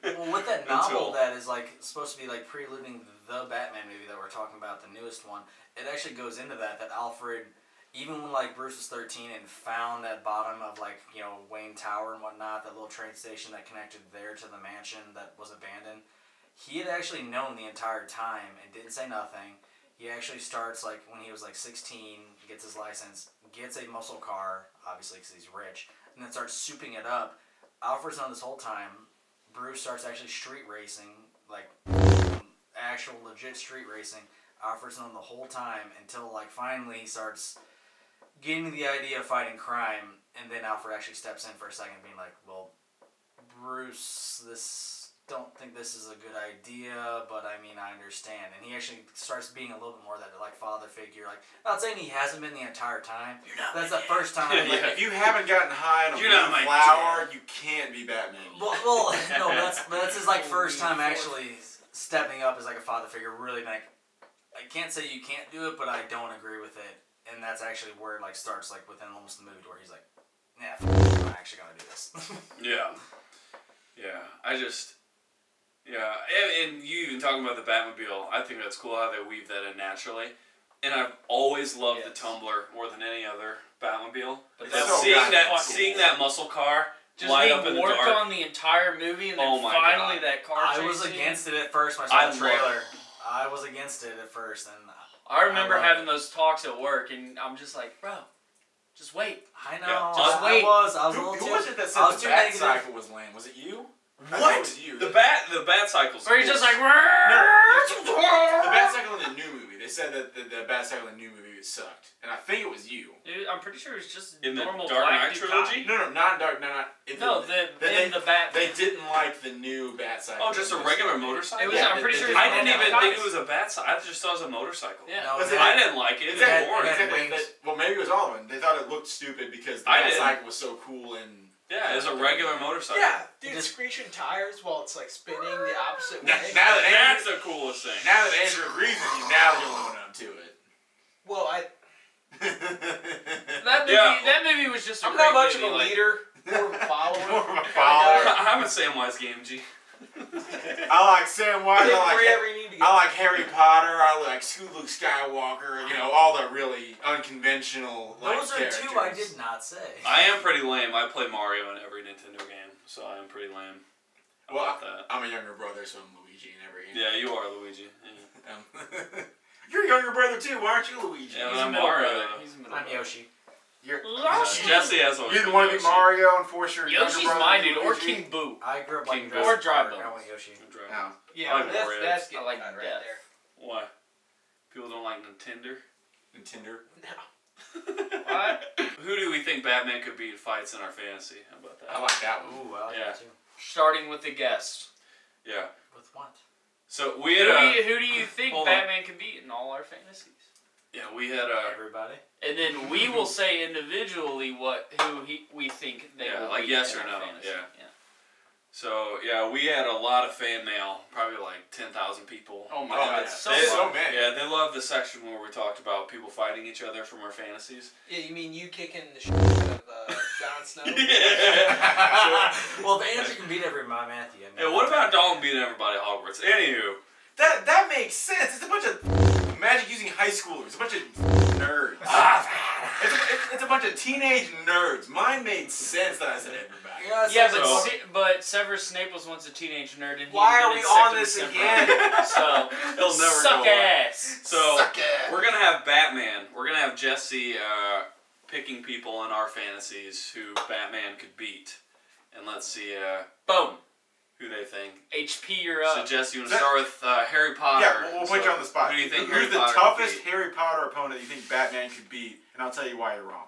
[SPEAKER 3] Well, with that
[SPEAKER 2] Until-
[SPEAKER 3] novel that is like supposed to be like preluding the Batman movie that we're talking about, the newest one, it actually goes into that that Alfred, even when like Bruce was thirteen and found that bottom of like you know Wayne Tower and whatnot, that little train station that connected there to the mansion that was abandoned, he had actually known the entire time and didn't say nothing. He actually starts like when he was like sixteen, gets his license, gets a muscle car, obviously because he's rich, and then starts souping it up. Alfred's known this whole time. Bruce starts actually street racing, like actual legit street racing. Alfred's on the whole time until like finally he starts getting the idea of fighting crime, and then Alfred actually steps in for a second, being like, "Well, Bruce, this don't think this is a good idea, but I mean I understand." And he actually starts being a little bit more that like father figure. Like not saying he hasn't been the entire time. That's the first time.
[SPEAKER 2] Yeah.
[SPEAKER 3] like,
[SPEAKER 6] Like, if you haven't gotten high on a
[SPEAKER 2] You're not my
[SPEAKER 6] blue flower, you can't be Batman.
[SPEAKER 3] Well, well no, but that's but that's his like first time actually stepping up as like a father figure. Really, like I can't say you can't do it, but I don't agree with it. and that's actually where it like starts like within almost the movie to where he's like, nah, f- I'm not actually gonna do this.
[SPEAKER 2] Yeah. Yeah. I just. Yeah. And, and you even talking about the Batmobile, I think that's cool how they weave that in naturally. And I've always loved
[SPEAKER 4] Yes.
[SPEAKER 2] the Tumbler more than any other Batmobile.
[SPEAKER 4] But
[SPEAKER 2] But
[SPEAKER 6] It's
[SPEAKER 4] that's
[SPEAKER 6] so
[SPEAKER 2] seeing
[SPEAKER 6] goddamn
[SPEAKER 2] that
[SPEAKER 6] cool.
[SPEAKER 2] seeing that muscle car
[SPEAKER 4] just
[SPEAKER 2] light
[SPEAKER 4] being
[SPEAKER 2] up in the
[SPEAKER 4] warped
[SPEAKER 2] dark.
[SPEAKER 4] on the entire movie, and then
[SPEAKER 2] Oh my
[SPEAKER 4] finally
[SPEAKER 2] God.
[SPEAKER 4] that car.
[SPEAKER 3] I
[SPEAKER 4] chase
[SPEAKER 3] was
[SPEAKER 4] scene.
[SPEAKER 3] against it at first when
[SPEAKER 2] I
[SPEAKER 3] I saw
[SPEAKER 2] love
[SPEAKER 3] the trailer. I was against it at first, and
[SPEAKER 4] I remember
[SPEAKER 3] I love
[SPEAKER 4] having
[SPEAKER 3] it.
[SPEAKER 4] those talks at work, and I'm just like, bro, just wait.
[SPEAKER 3] I know
[SPEAKER 2] Yeah,
[SPEAKER 4] just
[SPEAKER 3] I,
[SPEAKER 4] wait.
[SPEAKER 3] I was I was a
[SPEAKER 6] Who,
[SPEAKER 3] little
[SPEAKER 6] who
[SPEAKER 3] too.
[SPEAKER 6] was it that
[SPEAKER 3] I
[SPEAKER 6] said
[SPEAKER 3] was
[SPEAKER 6] the
[SPEAKER 3] too
[SPEAKER 6] bat
[SPEAKER 3] negative.
[SPEAKER 6] cycle was lame? Was it you? I think it
[SPEAKER 2] What?
[SPEAKER 6] was you.
[SPEAKER 2] The bat the bat cycle's
[SPEAKER 4] Where he's
[SPEAKER 2] cool.
[SPEAKER 4] just like,
[SPEAKER 6] The bat cycle in the new movie. They said that the, the bat cycle in the new movie sucked, and I think it was you.
[SPEAKER 4] Dude, I'm pretty sure it's just
[SPEAKER 2] In the
[SPEAKER 4] normal
[SPEAKER 2] Dark
[SPEAKER 4] black
[SPEAKER 2] Knight
[SPEAKER 4] dude
[SPEAKER 2] trilogy?
[SPEAKER 6] No, no, not dark. No, not.
[SPEAKER 4] cop.
[SPEAKER 6] If
[SPEAKER 4] No,
[SPEAKER 6] it-
[SPEAKER 4] the
[SPEAKER 6] They-
[SPEAKER 4] in the bat.
[SPEAKER 6] They didn't like the new bat cycle.
[SPEAKER 2] Oh, just a regular motorcycle?
[SPEAKER 4] It was-
[SPEAKER 6] Yeah,
[SPEAKER 4] I'm
[SPEAKER 6] they-
[SPEAKER 4] pretty sure
[SPEAKER 6] they did.
[SPEAKER 2] I
[SPEAKER 4] it's
[SPEAKER 2] didn't
[SPEAKER 4] normal
[SPEAKER 2] even
[SPEAKER 4] cop.
[SPEAKER 2] think it was a bat cycle. I just thought it was a motorcycle.
[SPEAKER 4] Yeah.
[SPEAKER 3] No,
[SPEAKER 6] Was
[SPEAKER 3] it-
[SPEAKER 2] I didn't like it. It didn't
[SPEAKER 3] It
[SPEAKER 6] Exactly.
[SPEAKER 3] had-
[SPEAKER 2] warrant.
[SPEAKER 3] it had-
[SPEAKER 6] exactly.
[SPEAKER 3] wings.
[SPEAKER 6] They- well, maybe it was all of them. They thought it looked stupid because the
[SPEAKER 2] I
[SPEAKER 6] bat
[SPEAKER 2] didn't.
[SPEAKER 6] cycle was so cool and.
[SPEAKER 2] Yeah, it's a regular motorcycle.
[SPEAKER 5] Yeah, dude,
[SPEAKER 3] Just-
[SPEAKER 5] screeching tires while it's like spinning the opposite
[SPEAKER 6] Now,
[SPEAKER 5] way.
[SPEAKER 6] now that
[SPEAKER 2] That's
[SPEAKER 6] Andrew,
[SPEAKER 2] the coolest thing.
[SPEAKER 6] now that Andrew agrees with you, now you're living up to it.
[SPEAKER 5] Well, I,
[SPEAKER 4] That movie,
[SPEAKER 2] Yeah.
[SPEAKER 4] that movie was just. A
[SPEAKER 5] I'm not
[SPEAKER 4] great
[SPEAKER 5] much of
[SPEAKER 4] movie,
[SPEAKER 5] a
[SPEAKER 4] like-
[SPEAKER 5] leader or a follower.
[SPEAKER 6] More of a follower.
[SPEAKER 2] I'm a Samwise Gamgee. G.
[SPEAKER 6] I like Sam White.
[SPEAKER 5] Get
[SPEAKER 6] I like
[SPEAKER 5] wherever you need to
[SPEAKER 6] I
[SPEAKER 5] go.
[SPEAKER 6] like Harry Potter. I like Scoot Luke Skywalker. You know all the really unconventional. Like,
[SPEAKER 3] Those are two I
[SPEAKER 6] characters.
[SPEAKER 3] did not say.
[SPEAKER 2] I am pretty lame. I play Mario in every Nintendo game, so I am pretty lame
[SPEAKER 6] Well,
[SPEAKER 2] about that.
[SPEAKER 6] I'm a younger brother, so I'm Luigi in every game.
[SPEAKER 2] Yeah, you are Luigi. Yeah.
[SPEAKER 6] Um, you're a younger brother too. Why aren't you Luigi?
[SPEAKER 2] Yeah,
[SPEAKER 4] He's
[SPEAKER 2] I'm
[SPEAKER 4] a middle
[SPEAKER 2] Mario.
[SPEAKER 4] brother. He's a middle
[SPEAKER 3] I'm
[SPEAKER 4] brother.
[SPEAKER 3] Yoshi.
[SPEAKER 6] You're,
[SPEAKER 4] Yoshi.
[SPEAKER 2] uh, Jesse has one.
[SPEAKER 6] you didn't want to be Mario and force your
[SPEAKER 4] Yoshi's
[SPEAKER 6] younger brother
[SPEAKER 4] my
[SPEAKER 6] to be
[SPEAKER 4] dude, or
[SPEAKER 6] Luigi?
[SPEAKER 4] King Boo.
[SPEAKER 3] I grew up
[SPEAKER 2] King
[SPEAKER 3] like
[SPEAKER 2] Boo.
[SPEAKER 4] Or
[SPEAKER 3] Jurassic
[SPEAKER 4] Dry
[SPEAKER 3] Park. I
[SPEAKER 4] Bones.
[SPEAKER 3] want Yoshi.
[SPEAKER 2] Drive.
[SPEAKER 6] No.
[SPEAKER 5] Yeah,
[SPEAKER 2] like
[SPEAKER 5] that's,
[SPEAKER 2] Red.
[SPEAKER 5] that's
[SPEAKER 4] I
[SPEAKER 5] getting
[SPEAKER 4] like
[SPEAKER 5] cut right
[SPEAKER 4] Death.
[SPEAKER 5] there.
[SPEAKER 2] Why? People don't like Nintendo.
[SPEAKER 6] Nintendo.
[SPEAKER 5] No.
[SPEAKER 4] What?
[SPEAKER 2] Who do we think Batman could beat in fights in our fantasy? How about
[SPEAKER 6] I
[SPEAKER 2] that?
[SPEAKER 6] like that one.
[SPEAKER 3] Ooh, I like
[SPEAKER 2] Yeah.
[SPEAKER 3] that too.
[SPEAKER 4] Starting with the guest.
[SPEAKER 2] Yeah.
[SPEAKER 3] With what?
[SPEAKER 2] So we
[SPEAKER 4] Who
[SPEAKER 2] had
[SPEAKER 4] do
[SPEAKER 2] a
[SPEAKER 4] you, who do you think
[SPEAKER 2] Hold on.
[SPEAKER 4] Batman can beat in all our fantasies?
[SPEAKER 2] yeah we had a
[SPEAKER 3] Everybody.
[SPEAKER 4] And then we will say individually what who he, we think they
[SPEAKER 2] Yeah,
[SPEAKER 4] will
[SPEAKER 2] like
[SPEAKER 4] beat
[SPEAKER 2] yes
[SPEAKER 4] in
[SPEAKER 2] or
[SPEAKER 4] our
[SPEAKER 2] no,
[SPEAKER 4] fantasy.
[SPEAKER 2] yeah. so yeah we had a lot of fan mail, probably like ten thousand people. Um,
[SPEAKER 4] Oh my
[SPEAKER 6] Oh,
[SPEAKER 4] god,
[SPEAKER 6] that's
[SPEAKER 4] so
[SPEAKER 6] so,
[SPEAKER 2] They-
[SPEAKER 4] much.
[SPEAKER 6] many.
[SPEAKER 2] Yeah, they love the section where we talked about people fighting each other from our fantasies.
[SPEAKER 5] Yeah, you mean you kicking the shit out of uh, Jon Snow?
[SPEAKER 3] well, if Andrew can beat every my Matthew. I mean,
[SPEAKER 2] And what about Dalton beating everybody at Hogwarts? Anywho,
[SPEAKER 6] That that makes sense. It's a bunch of magic using high schoolers. It's a bunch of nerds. it's, a, it's, it's a bunch of teenage nerds. Mine made sense that I said everybody.
[SPEAKER 3] Yeah,
[SPEAKER 4] Yeah,
[SPEAKER 3] that's
[SPEAKER 4] but
[SPEAKER 2] So-
[SPEAKER 4] Se- but Severus Snape was once a teenage nerd, and he
[SPEAKER 6] Why are we
[SPEAKER 4] invented
[SPEAKER 6] on
[SPEAKER 4] Septimus
[SPEAKER 6] this
[SPEAKER 4] Semper.
[SPEAKER 6] again?
[SPEAKER 4] So
[SPEAKER 2] it'll never
[SPEAKER 4] suck
[SPEAKER 2] go away.
[SPEAKER 4] ass.
[SPEAKER 2] So
[SPEAKER 6] Suck it.
[SPEAKER 2] we're gonna have Batman. We're gonna have Jesse uh, picking people in our fantasies who Batman could beat, and let's see uh,
[SPEAKER 4] Boom.
[SPEAKER 2] who they think.
[SPEAKER 4] HP, you're
[SPEAKER 2] So
[SPEAKER 4] up.
[SPEAKER 2] Jesse, you want to
[SPEAKER 6] That-
[SPEAKER 2] start with uh, Harry Potter?
[SPEAKER 6] Yeah, we'll, we'll
[SPEAKER 2] So
[SPEAKER 6] put you on the spot.
[SPEAKER 2] Who do you think
[SPEAKER 6] Who's
[SPEAKER 2] Harry
[SPEAKER 6] the
[SPEAKER 2] Potter could
[SPEAKER 6] toughest
[SPEAKER 2] beat?
[SPEAKER 6] Harry Potter opponent you think Batman could beat? And I'll tell you why you're wrong.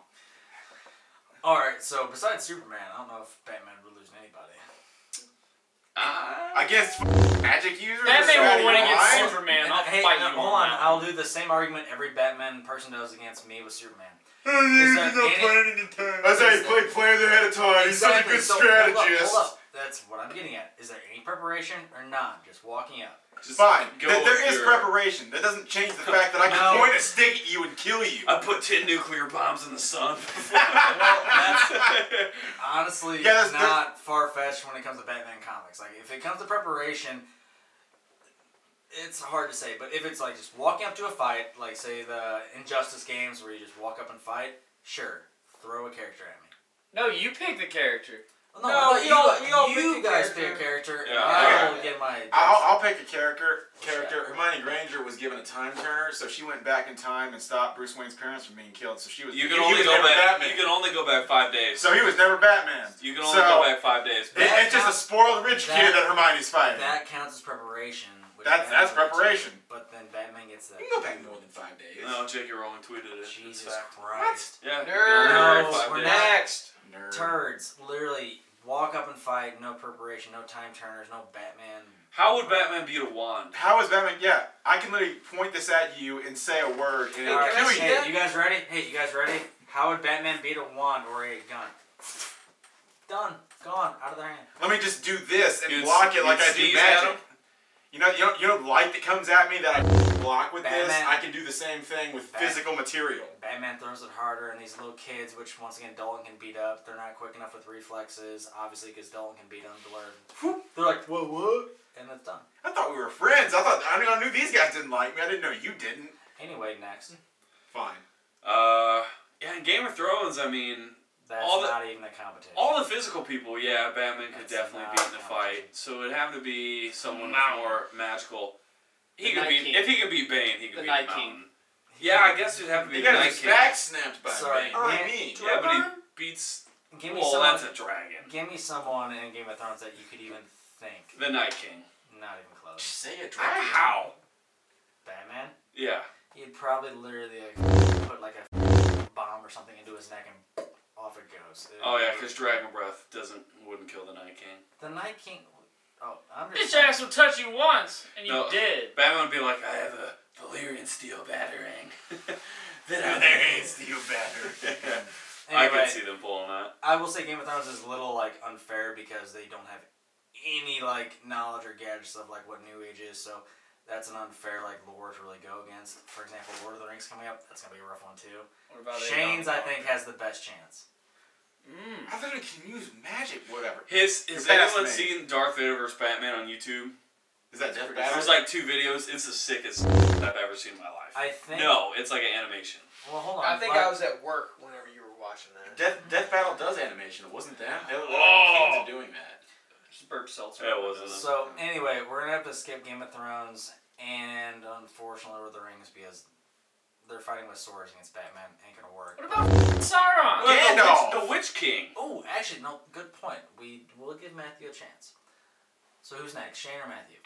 [SPEAKER 3] All right. So besides Superman, I don't know if Batman would lose to anybody.
[SPEAKER 2] Ah,
[SPEAKER 6] Against f- magic users. Is that
[SPEAKER 4] Batman will win
[SPEAKER 6] your
[SPEAKER 4] against
[SPEAKER 6] line?
[SPEAKER 4] Superman.
[SPEAKER 3] And,
[SPEAKER 4] I'll
[SPEAKER 3] hey,
[SPEAKER 4] fight
[SPEAKER 3] no,
[SPEAKER 4] you
[SPEAKER 3] hold
[SPEAKER 4] on
[SPEAKER 3] on.
[SPEAKER 4] that.
[SPEAKER 3] I'll do the same argument every Batman person does against me with Superman.
[SPEAKER 6] He's
[SPEAKER 3] that
[SPEAKER 6] not
[SPEAKER 3] any-
[SPEAKER 6] playing any time. That's how you play player there at a time. He's such a good
[SPEAKER 3] So,
[SPEAKER 6] strategist.
[SPEAKER 3] Hold up, hold up. That's what I'm getting at. Is there any preparation or none? Just walking up.
[SPEAKER 2] just
[SPEAKER 6] Fine.
[SPEAKER 2] go
[SPEAKER 6] Th- there
[SPEAKER 2] with
[SPEAKER 6] is
[SPEAKER 2] your-
[SPEAKER 6] preparation. That doesn't change the fact that I can
[SPEAKER 3] No.
[SPEAKER 6] point a stick at you and kill you.
[SPEAKER 2] I put ten nuclear bombs in the sun.
[SPEAKER 3] Well, that's honestly
[SPEAKER 6] Yeah, that's- that's-
[SPEAKER 3] not far fetched when it comes to Batman comics. Like if it comes to preparation, it's hard to say. But if it's like just walking up to a fight, like say the Injustice games where you just walk up and fight, sure, throw a character at me.
[SPEAKER 4] No, you pick the character.
[SPEAKER 3] No,
[SPEAKER 5] No,
[SPEAKER 3] no you,
[SPEAKER 5] we all- we all
[SPEAKER 3] you
[SPEAKER 5] pick a
[SPEAKER 3] guys
[SPEAKER 5] character.
[SPEAKER 3] pick a character, and
[SPEAKER 2] Yeah,
[SPEAKER 3] I
[SPEAKER 6] okay.
[SPEAKER 3] will get my.
[SPEAKER 6] I'll, I'll pick a character. Character. Hermione Granger was given a time turner, so she went back in time and stopped Bruce Wayne's parents from being killed. So she was.
[SPEAKER 2] You
[SPEAKER 6] he-
[SPEAKER 2] can
[SPEAKER 6] he
[SPEAKER 2] only
[SPEAKER 6] was
[SPEAKER 2] go
[SPEAKER 6] never
[SPEAKER 2] back.
[SPEAKER 6] Batman.
[SPEAKER 2] You can only go back five days.
[SPEAKER 6] so he was never Batman.
[SPEAKER 2] you can only
[SPEAKER 6] so
[SPEAKER 2] go back five days.
[SPEAKER 6] It,
[SPEAKER 3] That
[SPEAKER 6] it's just a
[SPEAKER 3] counts-
[SPEAKER 6] spoiled rich
[SPEAKER 3] that-
[SPEAKER 6] kid that Hermione's fighting.
[SPEAKER 3] that counts as preparation. Which
[SPEAKER 6] That's-
[SPEAKER 3] Batman
[SPEAKER 6] that's
[SPEAKER 3] would do,
[SPEAKER 6] preparation.
[SPEAKER 3] But then Batman gets that.
[SPEAKER 6] you can go back more than five days.
[SPEAKER 2] no, J.K. Rowling tweeted it. It's
[SPEAKER 3] Jesus
[SPEAKER 2] fact.
[SPEAKER 3] Christ.
[SPEAKER 2] Yeah. you can
[SPEAKER 5] Nerd.
[SPEAKER 2] only go back five
[SPEAKER 3] We're
[SPEAKER 2] days.
[SPEAKER 3] not-
[SPEAKER 5] Next.
[SPEAKER 6] Nerd.
[SPEAKER 3] Turds, literally walk up and fight. No preparation, no time turners, no Batman.
[SPEAKER 2] How would Batman beat a wand?
[SPEAKER 6] How is Batman? Yeah, I can literally point this at you and say a word, and
[SPEAKER 5] Hey,
[SPEAKER 3] All
[SPEAKER 6] it'll
[SPEAKER 3] right,
[SPEAKER 5] can I
[SPEAKER 6] kill
[SPEAKER 5] see
[SPEAKER 6] you.
[SPEAKER 5] that?
[SPEAKER 3] hey, you guys ready? Hey, you guys ready? How would Batman beat a wand or a gun? Done, gone, out of their hand.
[SPEAKER 6] Let me just do this and
[SPEAKER 2] You'd-
[SPEAKER 6] block it like
[SPEAKER 2] you'd
[SPEAKER 6] I do
[SPEAKER 2] sneeze
[SPEAKER 6] magic.
[SPEAKER 2] at him?
[SPEAKER 6] You know, you know, you know, light that comes at me that I block with this.
[SPEAKER 3] Batman.
[SPEAKER 6] I can do the same thing with
[SPEAKER 3] Bat-
[SPEAKER 6] physical material.
[SPEAKER 3] Batman throws it harder, and these little kids, which once again Dalton can beat up, they're not quick enough with reflexes, obviously, because Dalton can beat them. They're, like, they're like, whoa, what? And it's done.
[SPEAKER 6] I thought we were friends. I thought I knew, I knew these guys didn't like me. I didn't know you didn't.
[SPEAKER 3] Anyway, next.
[SPEAKER 6] Fine.
[SPEAKER 2] Uh, yeah, in Game of Thrones, I mean,
[SPEAKER 3] That's
[SPEAKER 2] All the-
[SPEAKER 3] not even a competition.
[SPEAKER 2] all the physical people, yeah, Batman could
[SPEAKER 3] That's
[SPEAKER 2] definitely
[SPEAKER 3] not
[SPEAKER 2] beat in the
[SPEAKER 3] how it
[SPEAKER 2] fight. So it'd have to be someone with
[SPEAKER 4] Mountain.
[SPEAKER 2] more magical. He
[SPEAKER 4] The
[SPEAKER 2] could
[SPEAKER 4] Night
[SPEAKER 2] beat
[SPEAKER 4] King.
[SPEAKER 2] if he could beat Bane, he could
[SPEAKER 4] The
[SPEAKER 2] beat
[SPEAKER 4] Night
[SPEAKER 2] the
[SPEAKER 4] King.
[SPEAKER 2] Mountain. Yeah, I guess it'd have to be
[SPEAKER 6] He
[SPEAKER 2] the
[SPEAKER 6] got
[SPEAKER 2] Night
[SPEAKER 6] his
[SPEAKER 2] King.
[SPEAKER 6] back snapped by
[SPEAKER 3] Sorry.
[SPEAKER 6] me. Not
[SPEAKER 3] Yeah.
[SPEAKER 6] me.
[SPEAKER 2] Yeah, but he beats.
[SPEAKER 3] Give me
[SPEAKER 2] well,
[SPEAKER 3] someone.
[SPEAKER 2] that's a dragon.
[SPEAKER 3] Give me someone in Game of Thrones that you could even think.
[SPEAKER 2] The Night King. Ah,
[SPEAKER 3] Not even close.
[SPEAKER 6] Just say a dragon.
[SPEAKER 2] How?
[SPEAKER 3] Batman.
[SPEAKER 2] Yeah.
[SPEAKER 3] He'd probably literally like, put like a bomb or something into his neck and off it goes. It-
[SPEAKER 2] Oh yeah, because Dragon Breath doesn't wouldn't kill the Night King.
[SPEAKER 3] The Night King. Oh, I'm just.
[SPEAKER 4] Bitch ass will touch you once, and you
[SPEAKER 2] No.
[SPEAKER 4] dead.
[SPEAKER 2] Batman would be like, I have a Valyrian steel batarang. that I
[SPEAKER 6] you better.
[SPEAKER 2] I
[SPEAKER 3] Anyway,
[SPEAKER 2] could see them pulling that.
[SPEAKER 3] I will say Game of Thrones is a little like unfair because they don't have any like knowledge or gadgets of like what New Age is, so that's an unfair like lore to really go against. For example, Lord of the Rings coming up, that's gonna be a rough one too.
[SPEAKER 4] What about
[SPEAKER 3] Shane's I
[SPEAKER 4] Aegon?
[SPEAKER 3] think has the best chance.
[SPEAKER 4] Mm.
[SPEAKER 6] I thought it can use magic. Whatever.
[SPEAKER 2] His has
[SPEAKER 6] You're
[SPEAKER 2] anyone seen
[SPEAKER 6] fascinating.
[SPEAKER 2] Darth Vader versus Batman on YouTube?
[SPEAKER 6] Is that Death
[SPEAKER 2] There's
[SPEAKER 6] Battle?
[SPEAKER 2] like two videos. It's the sickest I've ever seen in my life.
[SPEAKER 3] I think.
[SPEAKER 2] no, it's like an animation.
[SPEAKER 3] Well, hold on.
[SPEAKER 5] I think
[SPEAKER 3] let-
[SPEAKER 5] I was at work whenever you were watching that.
[SPEAKER 6] Death, Death Battle does animation. It wasn't them. They were
[SPEAKER 2] Oh.
[SPEAKER 6] like kings doing that.
[SPEAKER 4] Just burp seltzer.
[SPEAKER 2] It wasn't.
[SPEAKER 3] So anyway, we're gonna have to skip Game of Thrones and unfortunately Lord of the Rings because they're fighting with swords against Batman. Ain't gonna work.
[SPEAKER 4] What about f***ing Sauron?
[SPEAKER 6] What?
[SPEAKER 2] Well, the,
[SPEAKER 6] Gandalf!
[SPEAKER 2] witch, the Witch King.
[SPEAKER 3] Oh, actually, no. Good point. We will give Matthew a chance. So who's next, Shane or Matthew?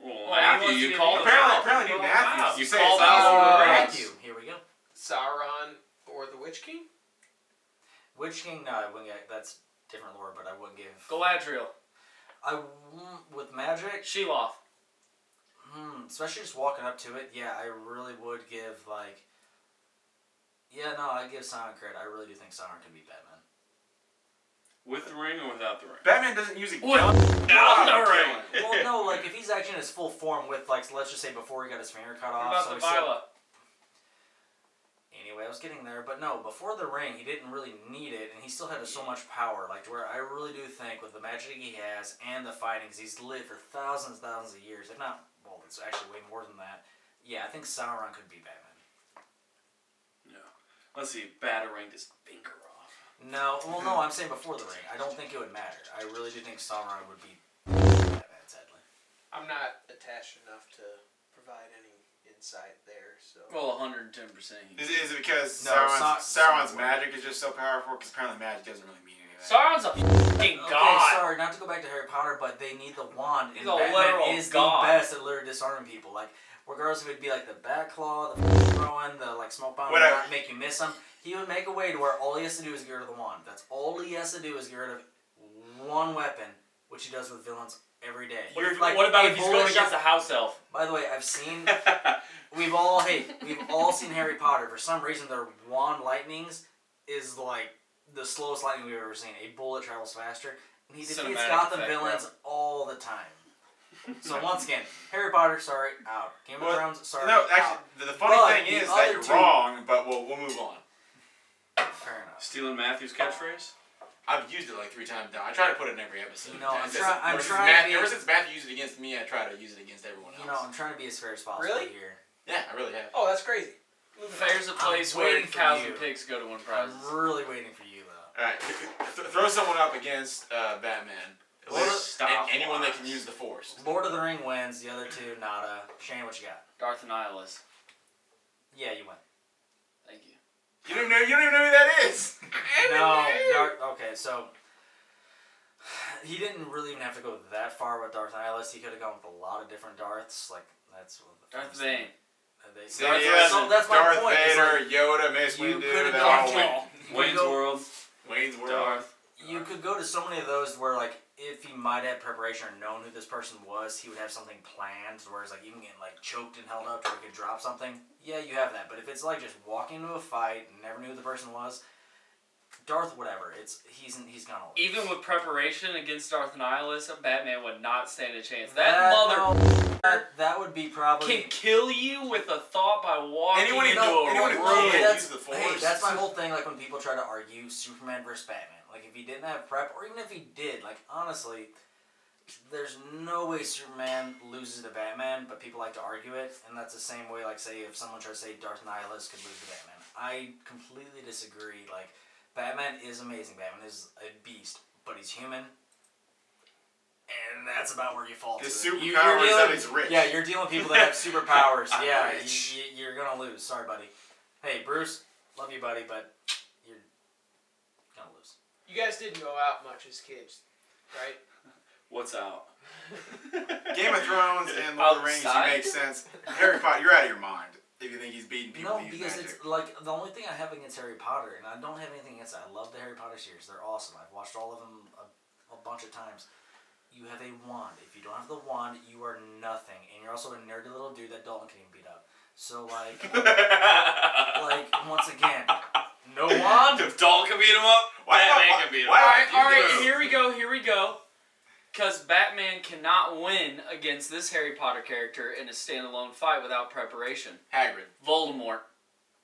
[SPEAKER 2] Well,
[SPEAKER 4] Well,
[SPEAKER 2] Matthew,
[SPEAKER 4] he wants
[SPEAKER 2] you
[SPEAKER 4] to
[SPEAKER 2] called
[SPEAKER 4] get-
[SPEAKER 2] him
[SPEAKER 6] Apparently,
[SPEAKER 2] out.
[SPEAKER 6] apparently,
[SPEAKER 4] Oh,
[SPEAKER 6] Matthew.
[SPEAKER 4] wow.
[SPEAKER 6] You
[SPEAKER 2] You
[SPEAKER 6] say
[SPEAKER 2] called
[SPEAKER 6] it's
[SPEAKER 2] out
[SPEAKER 6] Lord of the
[SPEAKER 2] Lord
[SPEAKER 6] Rings.
[SPEAKER 3] Matthew. Here we go.
[SPEAKER 5] Sauron or the Witch King?
[SPEAKER 3] Witch King? No, I wouldn't. Get, that's different lore, but I wouldn't give.
[SPEAKER 4] Galadriel.
[SPEAKER 3] I wouldn't- with magic.
[SPEAKER 4] Shelob.
[SPEAKER 3] Hmm. Especially just walking up to it. Yeah, I really would give like. Yeah, no, I give Sauron credit. I really do think Sauron could be Batman.
[SPEAKER 2] With the ring or without the ring?
[SPEAKER 6] Batman doesn't use a
[SPEAKER 4] With
[SPEAKER 6] gun.
[SPEAKER 4] the ring.
[SPEAKER 3] well, no, like if he's actually in his full form with like let's just say before he got his finger cut
[SPEAKER 4] What
[SPEAKER 3] off.
[SPEAKER 4] about
[SPEAKER 3] so
[SPEAKER 4] the
[SPEAKER 3] he still-
[SPEAKER 4] Vila?
[SPEAKER 3] anyway, I was getting there, but no, before the ring, he didn't really need it, and he still had so much power. Like to where I really do think with the magic he has and the fighting, 'cause he's lived for thousands, thousands of years, if not well, it's actually way more than that. Yeah, I think Sauron could be Batman.
[SPEAKER 2] Let's see. Batarang his finger off.
[SPEAKER 3] No, well, no, I'm saying before the ring. I don't think it would matter. I really do think Sauron would be Batman. Sadly,
[SPEAKER 5] I'm not attached enough to provide any insight there, so.
[SPEAKER 4] Well, 110 percent.
[SPEAKER 6] Is it, is it because
[SPEAKER 3] No,
[SPEAKER 6] Sauron's,
[SPEAKER 3] Sa-
[SPEAKER 6] Sauron's
[SPEAKER 3] Sauron.
[SPEAKER 6] magic is just so powerful? Because apparently magic doesn't really mean anything.
[SPEAKER 4] Sauron's a fucking
[SPEAKER 3] Okay,
[SPEAKER 4] god.
[SPEAKER 3] sorry, not to go back to Harry Potter, but they need the wand, and
[SPEAKER 4] He's a literal
[SPEAKER 3] Batman is
[SPEAKER 4] god.
[SPEAKER 3] the best at literally disarming people. Like, regardless if it'd be like the bat claw, the f- throwing, the like smoke bomb,
[SPEAKER 6] Whatever.
[SPEAKER 3] not make you miss him, he would make a way to where all he has to do is get rid of the wand. That's all he has to do is get rid of one weapon, which he does with villains every day.
[SPEAKER 4] What, if-
[SPEAKER 3] Like,
[SPEAKER 4] what about
[SPEAKER 3] a
[SPEAKER 4] if he's
[SPEAKER 3] bullet
[SPEAKER 4] going
[SPEAKER 3] shot-
[SPEAKER 4] against the house elf?
[SPEAKER 3] By the way, I've seen We've all hey, we've all seen Harry Potter. For some reason, their wand lightnings is like the slowest lightning we've ever seen. A bullet travels faster, and he defeats
[SPEAKER 4] Cinematic
[SPEAKER 3] Gotham
[SPEAKER 4] effect,
[SPEAKER 3] villains all the time. So once again, Harry Potter, sorry, out. Game of
[SPEAKER 6] Well,
[SPEAKER 3] Thrones, sorry,
[SPEAKER 6] No, actually,
[SPEAKER 3] out.
[SPEAKER 6] the, the funny
[SPEAKER 3] But
[SPEAKER 6] thing
[SPEAKER 3] the
[SPEAKER 6] is that
[SPEAKER 3] other
[SPEAKER 6] you're
[SPEAKER 3] two-
[SPEAKER 6] wrong, but we'll, we'll move on.
[SPEAKER 3] Fair enough.
[SPEAKER 2] Stealing Matthew's catchphrase?
[SPEAKER 6] I've used it like three times now. I try to put it in every episode.
[SPEAKER 3] You know, I'm
[SPEAKER 6] Ever
[SPEAKER 3] try-
[SPEAKER 6] since-
[SPEAKER 3] I'm
[SPEAKER 6] ever since
[SPEAKER 3] trying to
[SPEAKER 6] Matt-
[SPEAKER 3] be-
[SPEAKER 6] Ever since Matthew used it against me, I try to use it against everyone else.
[SPEAKER 3] You know, I'm trying to be as fair as possible
[SPEAKER 5] Really?
[SPEAKER 3] here.
[SPEAKER 6] yeah, I really have.
[SPEAKER 5] Oh, that's crazy.
[SPEAKER 4] Fair's a place
[SPEAKER 3] I'm
[SPEAKER 4] where
[SPEAKER 3] waiting for
[SPEAKER 4] cows
[SPEAKER 3] you.
[SPEAKER 4] and pigs go to win
[SPEAKER 3] I'm
[SPEAKER 4] prizes.
[SPEAKER 3] really waiting for you though.
[SPEAKER 6] All right, th- throw someone up against uh, Batman.
[SPEAKER 3] Well,
[SPEAKER 6] And
[SPEAKER 2] stop
[SPEAKER 6] anyone that
[SPEAKER 2] lies.
[SPEAKER 6] can use the Force.
[SPEAKER 3] Lord of the Ring wins. The other two, nada. Shane, what you got?
[SPEAKER 4] Darth Nihilus.
[SPEAKER 3] Yeah, you win.
[SPEAKER 4] Thank you.
[SPEAKER 6] You don't even know. You don't even know who that is.
[SPEAKER 3] No, Dark. Okay, so he didn't really even have to go that far with Darth Nihilus. He could have gone with a lot of different Darths. Like that's what the
[SPEAKER 4] Darth
[SPEAKER 3] famous
[SPEAKER 4] Vane.
[SPEAKER 3] thing- uh, They,
[SPEAKER 6] So
[SPEAKER 3] Darth-
[SPEAKER 6] yeah,
[SPEAKER 3] so that's my
[SPEAKER 6] Darth
[SPEAKER 3] point. is,
[SPEAKER 6] Vader,
[SPEAKER 3] like,
[SPEAKER 6] Yoda, Mace
[SPEAKER 3] you
[SPEAKER 6] Windu.
[SPEAKER 3] could've
[SPEAKER 6] they're
[SPEAKER 3] gone
[SPEAKER 6] all
[SPEAKER 3] to-
[SPEAKER 6] Wayne-
[SPEAKER 3] you
[SPEAKER 2] Wayne's
[SPEAKER 3] go-
[SPEAKER 2] World.
[SPEAKER 6] Wayne's World.
[SPEAKER 2] Darth.
[SPEAKER 3] You could go to so many of those where like if he might have preparation or known who this person was, he would have something planned. Whereas like even getting like choked and held up to where he could drop something. Yeah, you have that. But if it's like just walking into a fight and never knew who the person was, Darth, whatever. It's he's he's gonna. Lose.
[SPEAKER 4] Even with preparation against Darth Nihilus, a Batman would not stand a chance. That,
[SPEAKER 3] That-
[SPEAKER 4] mother
[SPEAKER 3] Uh, no, that, that would be probably
[SPEAKER 4] can kill you with a thought by walking
[SPEAKER 6] Anyone who-
[SPEAKER 4] into
[SPEAKER 6] no,
[SPEAKER 4] a
[SPEAKER 6] anyone who
[SPEAKER 4] room.
[SPEAKER 6] can't
[SPEAKER 3] Hey,
[SPEAKER 6] use
[SPEAKER 3] that's,
[SPEAKER 6] the
[SPEAKER 3] hey,
[SPEAKER 6] Force.
[SPEAKER 3] that's my whole thing. Like when people try to argue Superman versus Batman. Like if he didn't have prep, or even if he did, like honestly, there's no way Superman loses to Batman. But people like to argue it, and that's the same way. Like say if someone tries to say Darth Nihilus could lose to Batman, I completely disagree. Like Batman is amazing. Batman is a beast, but he's human. And that's about where you fall.
[SPEAKER 6] His
[SPEAKER 3] to it. You- you're
[SPEAKER 6] superpower is that
[SPEAKER 3] dealing-
[SPEAKER 6] he's rich.
[SPEAKER 3] Yeah, you're dealing with people that have superpowers.
[SPEAKER 6] I'm
[SPEAKER 3] yeah, you,
[SPEAKER 6] rich.
[SPEAKER 3] you, you're gonna lose. Sorry, buddy. Hey, Bruce, love you, buddy, but you're gonna lose.
[SPEAKER 5] You guys didn't go out much as kids, right?
[SPEAKER 2] What's out?
[SPEAKER 6] Game of Thrones and Lord of the Rings, you
[SPEAKER 4] Outside?
[SPEAKER 6] make sense. Harry Potter, you're out of your mind if you think he's beating
[SPEAKER 3] No,
[SPEAKER 6] people. to use
[SPEAKER 3] because
[SPEAKER 6] magic.
[SPEAKER 3] it's like the only thing I have against Harry Potter, and I don't have anything against it. I love the Harry Potter series; they're awesome. I've watched all of them a, a bunch of times. You have a wand. If you don't have the wand, you are nothing, and you're also a nerdy little dude that Dalton can even beat up. So like, like once again, no wand.
[SPEAKER 2] If Doll can beat him up,
[SPEAKER 6] Why-
[SPEAKER 2] Batman
[SPEAKER 6] why-
[SPEAKER 2] can beat him
[SPEAKER 6] why-
[SPEAKER 2] up.
[SPEAKER 4] All right,
[SPEAKER 6] You
[SPEAKER 4] all right,
[SPEAKER 6] do.
[SPEAKER 4] here we go, here we go. Because Batman cannot win against this Harry Potter character in a standalone fight without preparation.
[SPEAKER 6] Hagrid.
[SPEAKER 4] Voldemort.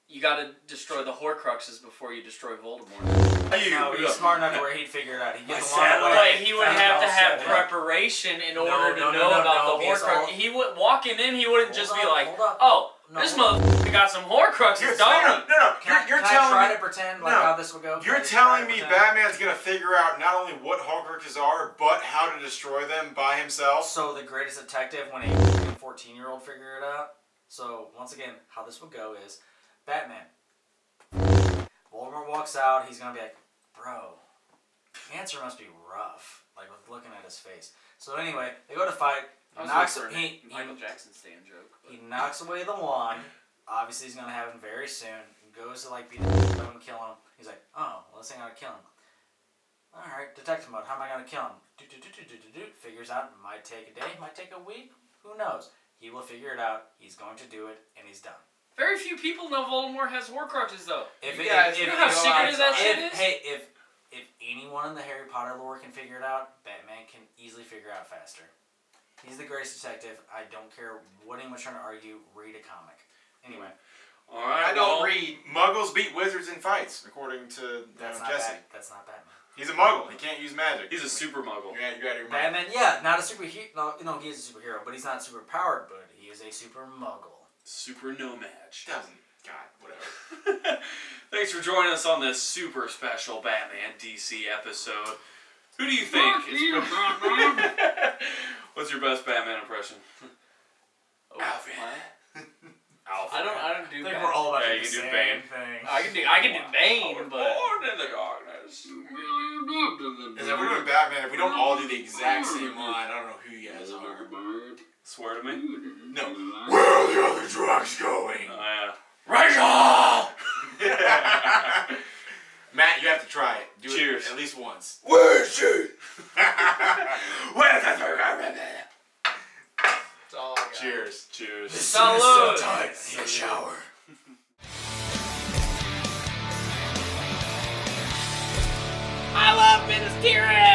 [SPEAKER 4] You gotta destroy the Horcruxes before you destroy Voldemort.
[SPEAKER 6] You.
[SPEAKER 3] No, he's smart enough where he'd figure it out. He'd
[SPEAKER 6] My
[SPEAKER 3] get the
[SPEAKER 6] satellite.
[SPEAKER 3] wand
[SPEAKER 4] But
[SPEAKER 3] away.
[SPEAKER 4] he would
[SPEAKER 3] and
[SPEAKER 4] have to
[SPEAKER 3] all set
[SPEAKER 4] have
[SPEAKER 3] it up.
[SPEAKER 4] preparation in
[SPEAKER 3] No,
[SPEAKER 4] order to
[SPEAKER 3] no, no,
[SPEAKER 4] know
[SPEAKER 3] no,
[SPEAKER 4] about
[SPEAKER 3] no,
[SPEAKER 4] the
[SPEAKER 3] because
[SPEAKER 4] Horcrux.
[SPEAKER 3] all-
[SPEAKER 4] He would walking in. He wouldn't just
[SPEAKER 3] Hold
[SPEAKER 4] be
[SPEAKER 3] on,
[SPEAKER 4] like,
[SPEAKER 3] hold up.
[SPEAKER 4] "Oh,
[SPEAKER 3] No,
[SPEAKER 4] this
[SPEAKER 3] hold
[SPEAKER 4] motherfucker got some Horcruxes,
[SPEAKER 6] You're,
[SPEAKER 4] don't
[SPEAKER 6] no, no, no.
[SPEAKER 3] Can,
[SPEAKER 6] You're,
[SPEAKER 3] I,
[SPEAKER 6] you're
[SPEAKER 3] can I
[SPEAKER 6] telling
[SPEAKER 3] try
[SPEAKER 6] me.
[SPEAKER 3] to pretend like
[SPEAKER 6] no.
[SPEAKER 3] how this will go? Can
[SPEAKER 6] You're
[SPEAKER 3] I just try
[SPEAKER 6] telling
[SPEAKER 3] to
[SPEAKER 6] me
[SPEAKER 3] pretend?
[SPEAKER 6] Batman's gonna figure out not only what Horcruxes are, but how to destroy them by himself.
[SPEAKER 3] So the greatest detective when a 14 year old figure it out. So once again, how this will go is Batman. Voldemort walks out. He's gonna be like, bro, cancer must be rough. Like with looking at his face. So anyway, they go to fight.
[SPEAKER 4] I was
[SPEAKER 3] Knocks,
[SPEAKER 4] looking for a
[SPEAKER 3] he, he
[SPEAKER 4] Michael Jackson stand joke.
[SPEAKER 3] He knocks away the wand. Obviously, he's gonna happen very soon. Goes to like beat the shit out of him, kill him. He's like, oh, well, this ain't gonna kill him. All right, detective mode. How am I gonna kill him? Do do do do do do do. Figures out. Might take a day. Might take a week. Who knows? He will figure it out. He's going to do it, and he's done.
[SPEAKER 4] Very few people know Voldemort has Horcruxes, though.
[SPEAKER 3] If
[SPEAKER 5] You guys
[SPEAKER 3] if,
[SPEAKER 5] know
[SPEAKER 3] if,
[SPEAKER 5] how
[SPEAKER 3] if-
[SPEAKER 5] secretive that
[SPEAKER 3] if-
[SPEAKER 4] shit is?
[SPEAKER 3] hey, if if anyone in the Harry Potter lore can figure it out, Batman can easily figure it out faster. He's the greatest detective. I don't care what anyone's trying to argue. Read a comic. Anyway.
[SPEAKER 2] All right.
[SPEAKER 5] I
[SPEAKER 2] well,
[SPEAKER 5] don't read.
[SPEAKER 6] Muggles beat wizards in fights, according to
[SPEAKER 3] That's
[SPEAKER 6] you know,
[SPEAKER 3] not
[SPEAKER 6] Jesse.
[SPEAKER 3] Bat- that's not Batman.
[SPEAKER 6] He's a muggle. He can't use magic.
[SPEAKER 2] He's a super muggle.
[SPEAKER 6] You're out, you're out of your mind.
[SPEAKER 3] Batman, yeah, not a superhero. No, no, he is a superhero, but he's not super powered. But he is a super muggle.
[SPEAKER 2] Super nomad.
[SPEAKER 6] Doesn't. God, whatever.
[SPEAKER 2] Thanks for joining us on this super special Batman DC episode. Who do you think?
[SPEAKER 4] Fuck
[SPEAKER 2] is-
[SPEAKER 4] you, Batman.
[SPEAKER 2] What's your best Batman impression?
[SPEAKER 4] Oh,
[SPEAKER 2] Alfred.
[SPEAKER 4] what?
[SPEAKER 2] Alfred.
[SPEAKER 4] I don't. I don't do. Batman.
[SPEAKER 3] all
[SPEAKER 2] about Yeah, to do you the do same Bane.
[SPEAKER 3] thing.
[SPEAKER 4] I can do. I can do Bane,
[SPEAKER 2] I was
[SPEAKER 4] but.
[SPEAKER 2] born in the darkness.
[SPEAKER 6] Is if we're doing Batman, if we don't all do the exact same line, I don't know who you guys are.
[SPEAKER 2] Swear to me.
[SPEAKER 6] No. Where are the other drugs going?
[SPEAKER 2] Oh, yeah.
[SPEAKER 6] Rachel! Matt, you have to try it. Do
[SPEAKER 2] Cheers.
[SPEAKER 6] it at least once. Where is she? Where's the third
[SPEAKER 5] That's all I got.
[SPEAKER 6] Cheers.
[SPEAKER 2] Cheers.
[SPEAKER 4] Salud.
[SPEAKER 6] Need a shower.
[SPEAKER 4] I love Minas Tirith.